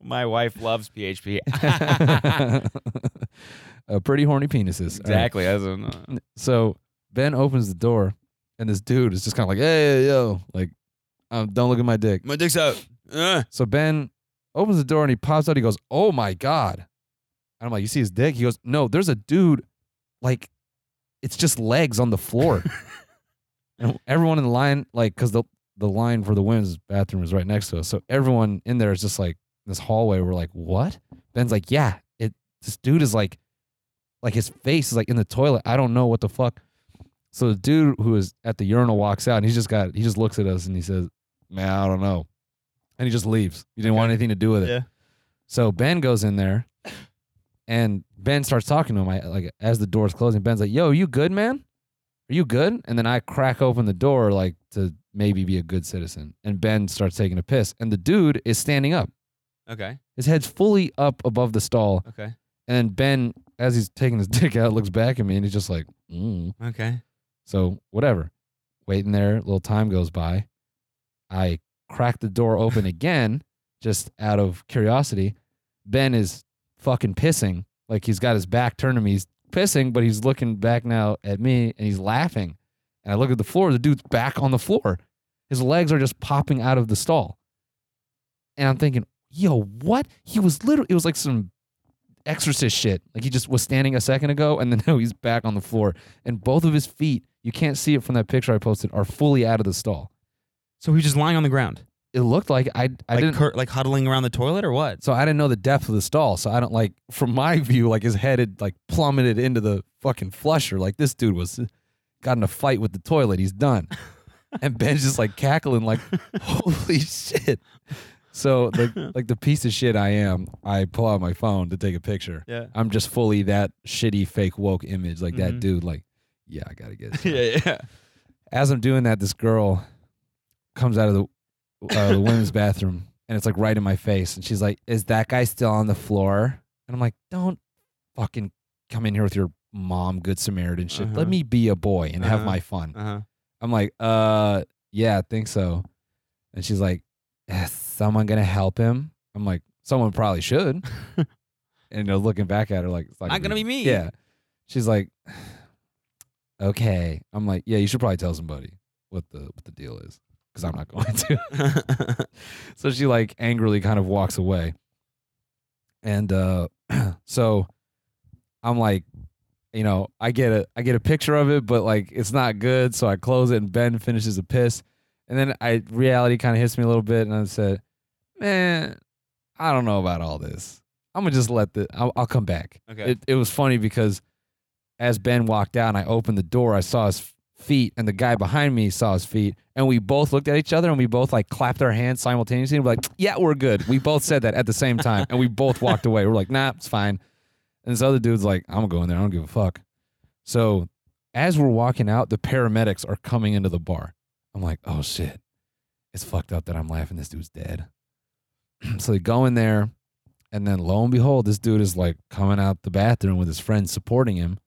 Speaker 2: My wife loves PHP.
Speaker 1: uh, pretty horny
Speaker 2: <laughs>
Speaker 1: penises. All right.
Speaker 2: <laughs> exactly. As in, <laughs> uh,
Speaker 1: So Ben opens the door, and this dude is just kind of like, "Hey, yo, like, um, don't look at my dick."
Speaker 2: my dick's out. Uh. Ugh.
Speaker 1: So Ben opens the door and he pops out. He goes, "Oh my god!" And I'm like, "You see his dick?" He goes, "No, there's a dude, like, it's just legs on the floor." and everyone in the line, like, because the the line for the women's bathroom is right next to us, so everyone in there is just like this hallway. We're like, "What?" Ben's like, "Yeah, it. This dude is like, like his face is like in the toilet. I don't know what the fuck." So the dude who is at the urinal walks out, and he's just got he just looks at us and he says, "Man, I don't know." and he just leaves. He didn't want anything to do with it.
Speaker 2: Yeah.
Speaker 1: So Ben goes in there, and Ben starts talking to him. I, like as the door's closing, Ben's like, "Yo, you good, man? Are you good?" And then I crack open the door, like to maybe be a good citizen. And Ben starts taking a piss, and the dude is standing up.
Speaker 2: Okay.
Speaker 1: His head's fully up above the stall,
Speaker 2: Okay.
Speaker 1: and Ben, as he's taking his <laughs> dick out, looks back at me, and he's just like, mm.
Speaker 2: Okay.
Speaker 1: So whatever. Waiting there, little time goes by. I crack the door open again, just out of curiosity. Ben is fucking pissing. Like he's got his back turned to me. He's pissing, but he's looking back now at me and he's laughing. And I look at the floor, the dude's back on the floor. His legs are just popping out of the stall. And I'm thinking, yo, what? He was literally it was like some exorcist shit. Like he just was standing a second ago and then <laughs> now he's back on the floor and both of his feet, you can't see it from that picture I posted, are fully out of the stall.
Speaker 2: So he was just lying on the ground,
Speaker 1: It looked like I I
Speaker 2: like
Speaker 1: didn't
Speaker 2: cur- like huddling around the toilet, or what?
Speaker 1: so I didn't know the depth of the stall. So I don't like from my <laughs> view, like his head had like plummeted into the fucking flusher. Like this dude was got in a fight with the toilet. He's
Speaker 2: <laughs>
Speaker 1: done. and Ben's just like cackling, like, holy shit. So like like the piece of shit I am, I pull out my phone to take a picture.
Speaker 2: Yeah.
Speaker 1: I'm just fully that shitty fake woke image, like that
Speaker 2: Mhm.
Speaker 1: dude, like, yeah, I gotta
Speaker 2: <laughs>
Speaker 1: get it.
Speaker 2: <laughs> yeah. Yeah.
Speaker 1: as I'm doing that, this girl comes out of the
Speaker 2: <laughs>
Speaker 1: uh, the women's bathroom, and it's like right in my face, and she's like, "Is that guy still on the floor?" And I'm like, "Don't fucking come in here with your mom, good Samaritan shit.
Speaker 2: Uh-huh.
Speaker 1: Let me be a boy and have
Speaker 2: Uh-huh.
Speaker 1: my fun."
Speaker 2: <laughs> Uh huh.
Speaker 1: I'm like, "Uh, yeah, I think so." And she's like, "Is someone gonna help him?" I'm like, "Someone probably
Speaker 2: <laughs>
Speaker 1: should." and I was looking back at her like, "It's
Speaker 2: Not gonna be me.
Speaker 1: yeah. She's like, okay. I'm like, yeah, you should probably tell somebody what the what the deal is because I'm not <laughs> going to. so she like angrily kind of walks away. And uh, <clears throat> so I'm like, you know, I get a I get a picture of it, but like it's not good. So I close it, and Ben finishes a piss, and then I reality kind of hits me a little bit, and I said, man, I don't know about all this. I'm gonna just let the I'll, I'll come back.
Speaker 2: Okay.
Speaker 1: It it was funny because as Ben walked out, and I opened the door, I saw his f- feet, and the guy behind me saw his feet, and we both looked at each other, and we both like clapped our hands simultaneously, and we're like, "Yeah, we're good." We both said that at the same time, and we both walked away. We're like, "Nah, it's fine." And this other dude's like, "I'm going to go in there. I don't give a fuck." So as we're walking out, the paramedics are coming into the bar. I'm like, "Oh shit, it's fucked up that I'm laughing. This dude's dead." <clears throat> so they go in there. And then lo and behold, this dude is like coming out the bathroom with his friend supporting him.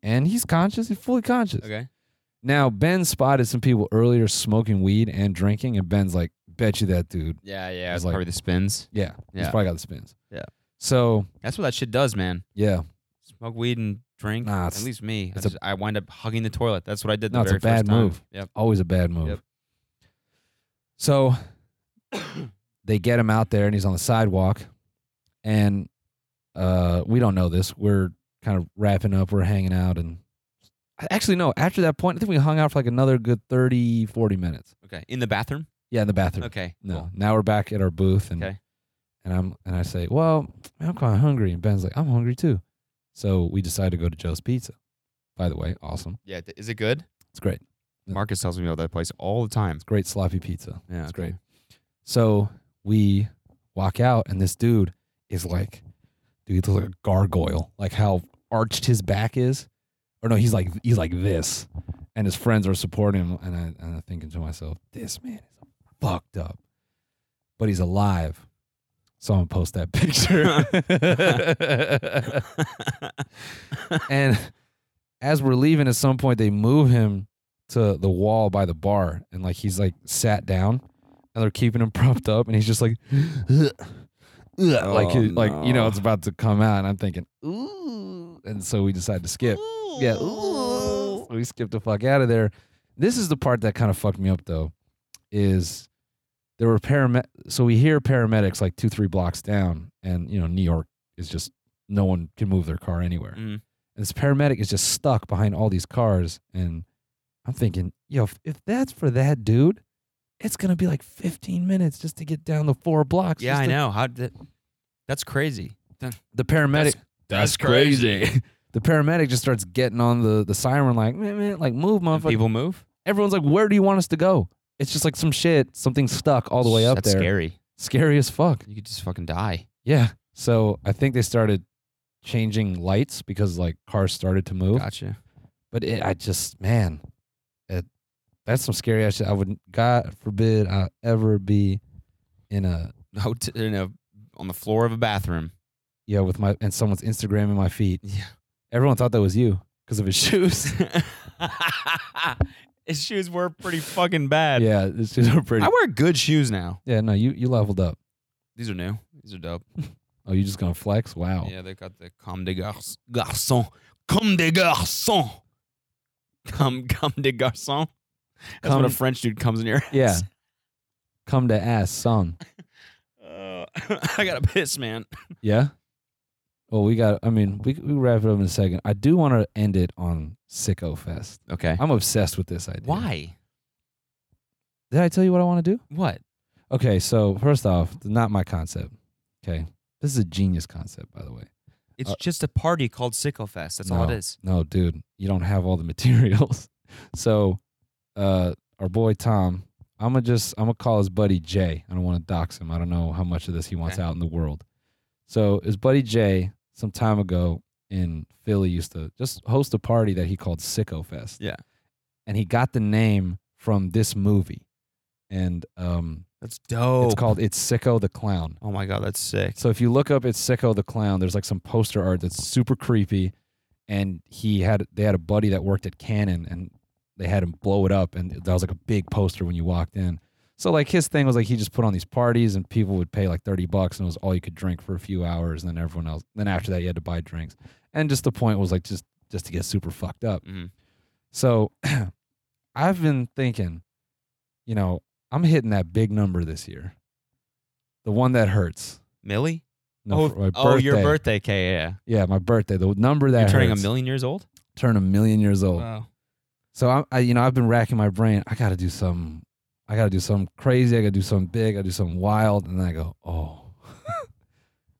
Speaker 1: And he's conscious. He's fully conscious.
Speaker 2: okay.
Speaker 1: Now, Ben spotted some people earlier smoking weed and drinking. And Ben's like, bet you that dude.
Speaker 2: Yeah. Yeah.
Speaker 1: It's
Speaker 2: It's
Speaker 1: like-
Speaker 2: probably the spins.
Speaker 1: Yeah. He's
Speaker 2: Yeah.
Speaker 1: probably got the spins.
Speaker 2: Yeah.
Speaker 1: So,
Speaker 2: That's what that shit does, man.
Speaker 1: yeah.
Speaker 2: Smoke weed and drink.
Speaker 1: Nah,
Speaker 2: At
Speaker 1: it's-
Speaker 2: least me. I,
Speaker 1: it's a-
Speaker 2: just- I wind up hugging the toilet. That's what I did.
Speaker 1: No, it's
Speaker 2: the
Speaker 1: a
Speaker 2: very first
Speaker 1: bad
Speaker 2: time.
Speaker 1: move.
Speaker 2: Yep.
Speaker 1: Always a bad move.
Speaker 2: Yep.
Speaker 1: So <coughs> they get him out there and he's on the sidewalk. And uh, we don't know this. We're kind of wrapping up. We're hanging out. And actually, no, after that point, I think we hung out for like another good 30, 40 minutes.
Speaker 2: Okay. In the bathroom.
Speaker 1: Yeah, in the bathroom.
Speaker 2: Okay.
Speaker 1: No.
Speaker 2: cool.
Speaker 1: Now we're back at our booth and
Speaker 2: Okay.
Speaker 1: and I'm and I say, Well, I'm kinda hungry. And Ben's like, I'm hungry too. So we decide to go to Joe's Pizza. By the way, awesome.
Speaker 2: Yeah. th- Is it good?
Speaker 1: It's great. Yeah.
Speaker 2: Marcus tells me about that place all the time.
Speaker 1: It's great sloppy pizza.
Speaker 2: Yeah.
Speaker 1: It's
Speaker 2: <laughs>
Speaker 1: great. So we walk out, and this dude is like, dude, he looks like a gargoyle, like how arched his back is. Or no, he's like he's like this, and his friends are supporting him. And I and I'm thinking to myself, this man is fucked up, but he's alive. So I'm gonna post that <laughs> picture. and as we're leaving, at some point they move him to the wall by the bar, and like he's like sat down, and they're keeping him <laughs> propped up, and he's just like, <laughs> "Ugh, ugh," like
Speaker 2: Oh,
Speaker 1: he- like you know
Speaker 2: no.
Speaker 1: it's about to come out, and I'm thinking, ooh, and so we decide to skip. Yeah, ooh. So we skipped the fuck out of there. This is the part that kind of fucked me up though, is there were paramedics. So we hear paramedics like two, three blocks down, and you know New York is just no one can move their car anywhere.
Speaker 2: Mm.
Speaker 1: And this paramedic is just stuck behind all these cars, and I'm thinking, yo, if, if that's for that dude, it's gonna be like 15 minutes just to get down the four blocks.
Speaker 2: Yeah,
Speaker 1: just
Speaker 2: I
Speaker 1: to-
Speaker 2: know. How did, that's crazy.
Speaker 1: The paramedic.
Speaker 2: that's crazy.
Speaker 1: <laughs> the paramedic just starts getting on the the siren like, man, man, like move,
Speaker 2: And
Speaker 1: motherfucker.
Speaker 2: people move
Speaker 1: Everyone's like, where do you want us to go? It's just like some shit, something stuck all the way up
Speaker 2: That's
Speaker 1: there.
Speaker 2: scary.
Speaker 1: Scary as fuck.
Speaker 2: You could just fucking die.
Speaker 1: Yeah. So I think they started changing lights because like cars started to move.
Speaker 2: Gotcha.
Speaker 1: But it, I just, man, it, that's some scary ass shit. I would, God forbid, I ever be in a
Speaker 2: Hotel, you know, on the floor of a bathroom.
Speaker 1: yeah with my and someone's Instagram in my feet.
Speaker 2: Yeah.
Speaker 1: Everyone thought that was you because of his <laughs> shoes.
Speaker 2: <laughs> His shoes were pretty fucking bad.
Speaker 1: yeah, his shoes are pretty.
Speaker 2: I wear good shoes now.
Speaker 1: yeah, no, you you leveled up.
Speaker 2: These are new. These are dope.
Speaker 1: Oh, you just gonna flex? Wow.
Speaker 2: Yeah, they got the comme des garçons. Garçon. Comme des garçons. Comme, comme des garçons. That's when
Speaker 1: Comme-
Speaker 2: a French dude comes in your ass.
Speaker 1: Yeah. Come to ass,
Speaker 2: <laughs>
Speaker 1: son.
Speaker 2: Uh, <laughs> I got to piss, man.
Speaker 1: Yeah. Well, we got. I mean, we we wrap it up in a second. I do want to end it on Sicko Fest.
Speaker 2: Okay.
Speaker 1: I'm obsessed with this idea.
Speaker 2: Why?
Speaker 1: Did I tell you what I want to do?
Speaker 2: What?
Speaker 1: Okay, so first off, th- not my concept. Okay. This is a genius concept, by the way.
Speaker 2: It's
Speaker 1: Uh,
Speaker 2: just a party called Sicko Fest. That's all it is.
Speaker 1: No, dude, you don't have all the <laughs> materials. so, uh, our boy Tom, I'm gonna just I'm gonna call his buddy Jay. I don't want to dox him. I don't know how much of this he wants
Speaker 2: Okay.
Speaker 1: out in the world. So his buddy Jay, some time ago in Philly, used to just host a party that he called Sicko Fest.
Speaker 2: Yeah.
Speaker 1: and he got the name from this movie, and um,
Speaker 2: That's dope.
Speaker 1: it's called It's Sicko the Clown.
Speaker 2: Oh my god, that's sick.
Speaker 1: So if you look up it's Sicko the Clown, there's like some poster art that's super creepy. And he had they had a buddy that worked at Canon and they had him blow it up and that was like a big poster when you walked in. So like his thing was like he just put on these parties and people would pay like thirty bucks and it was all you could drink for a few hours and then everyone else then after that you had to buy drinks. And just the point was like just just to get super fucked up.
Speaker 2: Mhm.
Speaker 1: So <clears throat> I've been thinking, you know, I'm hitting that big number this year. The one that hurts.
Speaker 2: Millie?
Speaker 1: No,
Speaker 2: oh,
Speaker 1: for my
Speaker 2: oh, your birthday, K. Yeah,
Speaker 1: Yeah, my birthday. The number that
Speaker 2: You're turning
Speaker 1: hurts. Oh.
Speaker 2: a million years old.
Speaker 1: Turn a million years old. <laughs>
Speaker 2: Wow.
Speaker 1: So I'm, I, you know, I've been racking my brain. I got to do some. I got to do something crazy. I got to do something big. I do something wild, and then I go, oh, <laughs>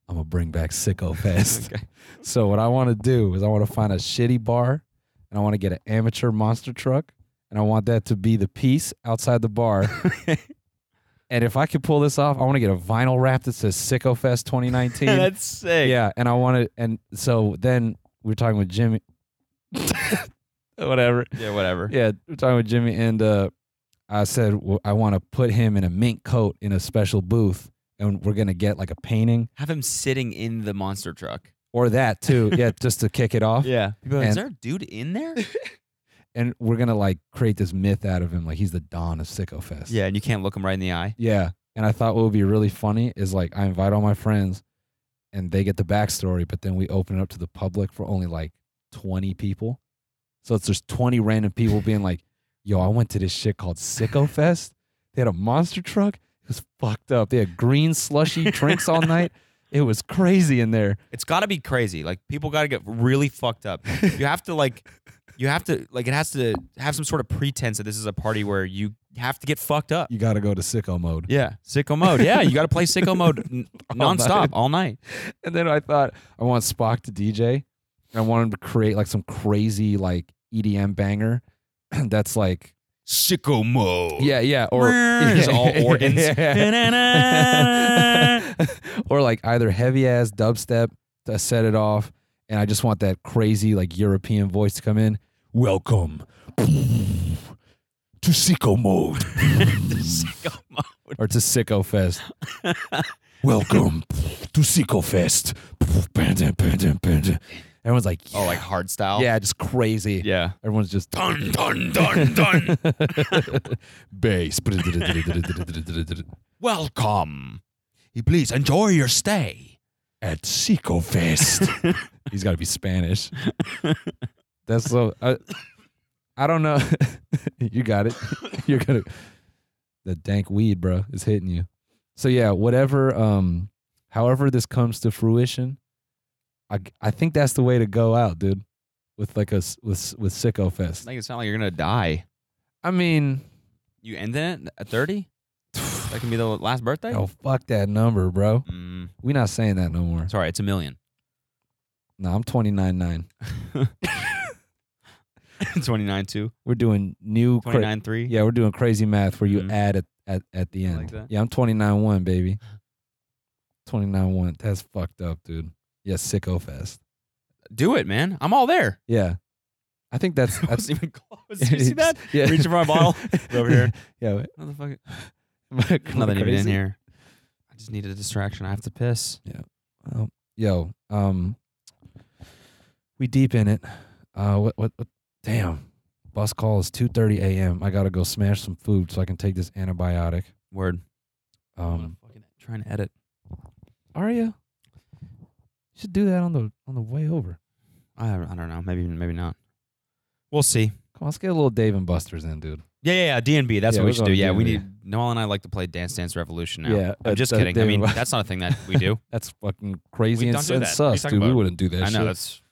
Speaker 1: I'm gonna bring back
Speaker 2: <laughs>
Speaker 1: sicko fest.
Speaker 2: Okay.
Speaker 1: So what I want to do is I want to find a shitty bar, and I want to get an amateur monster truck, and I want that to be the piece outside the
Speaker 2: <laughs>
Speaker 1: bar. and if I could pull this off, I want to get a vinyl wrap that says sicko fest
Speaker 2: <laughs>
Speaker 1: 2019.
Speaker 2: that's sick.
Speaker 1: Yeah, and I wanted, and so then we were talking with Jimmy. <laughs> Whatever.
Speaker 2: Yeah, whatever.
Speaker 1: Yeah, we we're talking with Jimmy, and uh, I said well, I want to put him in a mink coat in a special booth, and we're gonna get like a painting
Speaker 2: Have him sitting in the monster truck.
Speaker 1: or that too. yeah, just to kick it off,
Speaker 2: Yeah. Is
Speaker 1: And-
Speaker 2: there a dude in there?
Speaker 1: and we're gonna like create this myth out of him, like he's the Don of Sicko Fest.
Speaker 2: <laughs> yeah, and you can't look him right in the eye.
Speaker 1: Yeah. And I thought what would be really funny is like I invite all my friends and they get the backstory, but then we open it up to the public for only like 20 people. So it's just 20 random people being like, yo, I went to this shit called <laughs> Sicko Fest. They had a monster truck. It was fucked up. They had green <laughs> slushy drinks all night. It was crazy in there.
Speaker 2: It's got to be crazy. Like people got to get really
Speaker 1: <laughs>
Speaker 2: fucked up. you have to like, you have to like, it has to have some sort of pretense that this is a party where you have to get fucked up.
Speaker 1: You got to go to sicko mode.
Speaker 2: Yeah, sicko mode. Yeah, you got to play sicko mode n-
Speaker 1: <laughs> All
Speaker 2: nonstop
Speaker 1: night.
Speaker 2: all night.
Speaker 1: And then I thought I want Spock to DJ. And I want him to create like some crazy like EDM banger <clears throat> that's like
Speaker 2: Sicko mode.
Speaker 1: Yeah, yeah, or
Speaker 2: It's <laughs> all organs.
Speaker 1: <laughs> or like either heavy ass dubstep to set it off, and I just want that crazy like European voice to come in. Welcome to Sicko
Speaker 2: <laughs>
Speaker 1: Mode
Speaker 2: sicko mode.
Speaker 1: or to Sicko
Speaker 2: <laughs>
Speaker 1: Fest. Welcome to Sicko Fest.
Speaker 2: <laughs>
Speaker 1: Everyone's like,
Speaker 2: Oh, like hard style.
Speaker 1: yeah, just crazy.
Speaker 2: Yeah.
Speaker 1: Everyone's just
Speaker 2: Dun dun dun dun.
Speaker 1: <laughs> bass.
Speaker 2: Welcome. Please enjoy your stay.
Speaker 1: at Seco
Speaker 2: <laughs>
Speaker 1: Fest. He's got to be Spanish. That's <laughs> so. I, I don't know. you got it. You're gonna. the dank weed, bro, is hitting you. So yeah, whatever, um, however this comes to fruition, I I think that's the way to go out, dude. With like a s- with s- with sicko fest.
Speaker 2: Like it's not like you're gonna die.
Speaker 1: I mean,
Speaker 2: You end in it at thirty. That can be the last birthday.
Speaker 1: oh fuck that number, bro.
Speaker 2: Mm,
Speaker 1: We not saying that no more.
Speaker 2: sorry, it's a million. <laughs>
Speaker 1: No, I'm twenty nine nine.
Speaker 2: Twenty nine two.
Speaker 1: We're doing new
Speaker 2: Twenty
Speaker 1: cra-
Speaker 2: nine three.
Speaker 1: Yeah, we're doing crazy math where you
Speaker 2: Mhm.
Speaker 1: add at, at at the end.
Speaker 2: like that.
Speaker 1: Yeah, I'm 29 1,
Speaker 2: <laughs>
Speaker 1: baby. 29 1. That's fucked up, dude. Yeah, sicko fest.
Speaker 2: Do it, man. I'm all there.
Speaker 1: Yeah. I think
Speaker 2: <laughs>
Speaker 1: that's
Speaker 2: It
Speaker 1: that's
Speaker 2: wasn't even <laughs> close. Did you see that?
Speaker 1: <laughs> Yeah.
Speaker 2: Reaching for my bottle. It's over here.
Speaker 1: Yeah. <laughs> wait.
Speaker 2: Motherfucker.
Speaker 1: Am I going
Speaker 2: Nothing even in
Speaker 1: crazy?
Speaker 2: here. I just needed a distraction. I have to piss.
Speaker 1: Um, yo, um we deep in it. Uh what what, what damn. Bus call is 2:30 a.m. I got to go smash some food so I can take this antibiotic.
Speaker 2: Word.
Speaker 1: Um
Speaker 2: I'm fucking trying to edit.
Speaker 1: are you? You should do that on the on the way over.
Speaker 2: I, I don't know. Maybe maybe not. We'll see.
Speaker 1: Come on, let's get a little Dave and Buster's in, dude.
Speaker 2: Yeah, yeah, yeah. D and B. That's
Speaker 1: Yeah,
Speaker 2: what
Speaker 1: we're
Speaker 2: we should do.
Speaker 1: going
Speaker 2: Yeah, we
Speaker 1: D&B.
Speaker 2: need. Noel and I like to play Dance Dance Revolution now.
Speaker 1: Yeah,
Speaker 2: I'm
Speaker 1: uh,
Speaker 2: just
Speaker 1: uh,
Speaker 2: kidding. I
Speaker 1: Dave-
Speaker 2: mean,
Speaker 1: <laughs>
Speaker 2: that's not a thing that we do.
Speaker 1: That's fucking crazy
Speaker 2: We
Speaker 1: and,
Speaker 2: don't do
Speaker 1: and
Speaker 2: that. What are you
Speaker 1: sus,
Speaker 2: talking
Speaker 1: dude. We
Speaker 2: about?
Speaker 1: wouldn't do that
Speaker 2: I know
Speaker 1: shit.
Speaker 2: that's.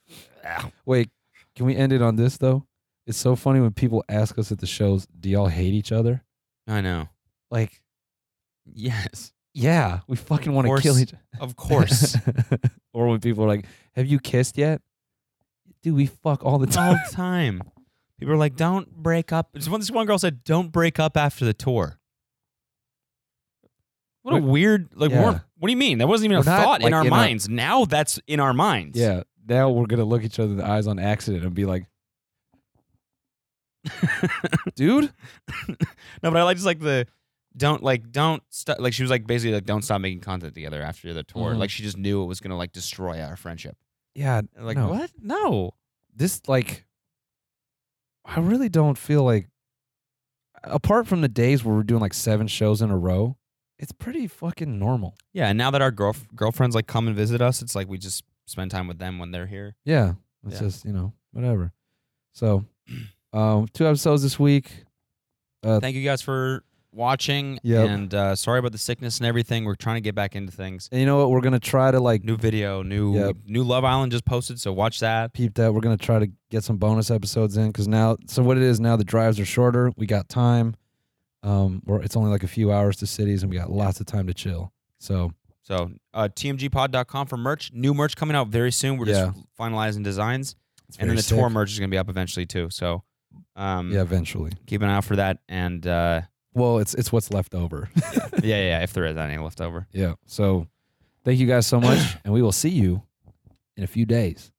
Speaker 1: Wait, can we end it on this though? It's so funny when people ask us at the shows, "Do y'all hate each other?"
Speaker 2: I know.
Speaker 1: Like,
Speaker 2: Yes, <laughs>
Speaker 1: yeah, we fucking want to
Speaker 2: course.
Speaker 1: kill each. <laughs>
Speaker 2: of course.
Speaker 1: or when people are like, "Have you kissed yet?" Dude, we fuck all the
Speaker 2: all
Speaker 1: time.
Speaker 2: the time. People are like, "Don't break up." This one, this one girl said, "Don't break up after the tour." What a
Speaker 1: We-
Speaker 2: weird like. we weren't-
Speaker 1: Yeah.
Speaker 2: What do you mean? That wasn't even
Speaker 1: We're
Speaker 2: a
Speaker 1: not,
Speaker 2: thought
Speaker 1: like,
Speaker 2: in our
Speaker 1: in a-
Speaker 2: minds. now that's in our minds.
Speaker 1: <laughs> yeah, now we're gonna look each other in the eyes on accident and be like, "Dude,
Speaker 2: <laughs> No, but I like just like the don't like don't stop. Like she was like basically like don't stop making content together after the tour.
Speaker 1: Mhm.
Speaker 2: Like she just knew it was gonna like destroy our friendship.
Speaker 1: yeah,
Speaker 2: And, Like
Speaker 1: No.
Speaker 2: what? No.
Speaker 1: this like I really don't feel like apart from the days where we're doing like seven shows in a row, it's pretty fucking normal.
Speaker 2: Yeah, and now that our girlf- girlfriends like come and visit us, it's like we just spend time with them when they're here.
Speaker 1: Yeah. It's
Speaker 2: Yeah.
Speaker 1: just, you know, whatever. So <clears throat> um two episodes this week.
Speaker 2: Thank you guys for watching.
Speaker 1: Yep.
Speaker 2: And uh, sorry about the sickness and everything. We're trying to get back into things.
Speaker 1: And you know what? We're gonna try to like
Speaker 2: New video, new
Speaker 1: Yep.
Speaker 2: new Love Island just posted, so watch that.
Speaker 1: peep that. We're gonna try to get some bonus episodes in because now so what it is now the drives are shorter. We got time. Um we're, it's only like a few hours to cities and we got lots of time to chill. So
Speaker 2: So uh, tmgpod.com for merch. New merch coming out very soon. We're just finalizing designs,
Speaker 1: it's
Speaker 2: and then
Speaker 1: very
Speaker 2: the tour
Speaker 1: sick.
Speaker 2: merch is going to be up eventually too. So um,
Speaker 1: Yeah, eventually.
Speaker 2: keep an eye out for that. And uh,
Speaker 1: Well, it's it's what's left
Speaker 2: <laughs>
Speaker 1: over.
Speaker 2: yeah, yeah, if there is any left over.
Speaker 1: yeah. So thank you guys so much, and we will see you in a few days.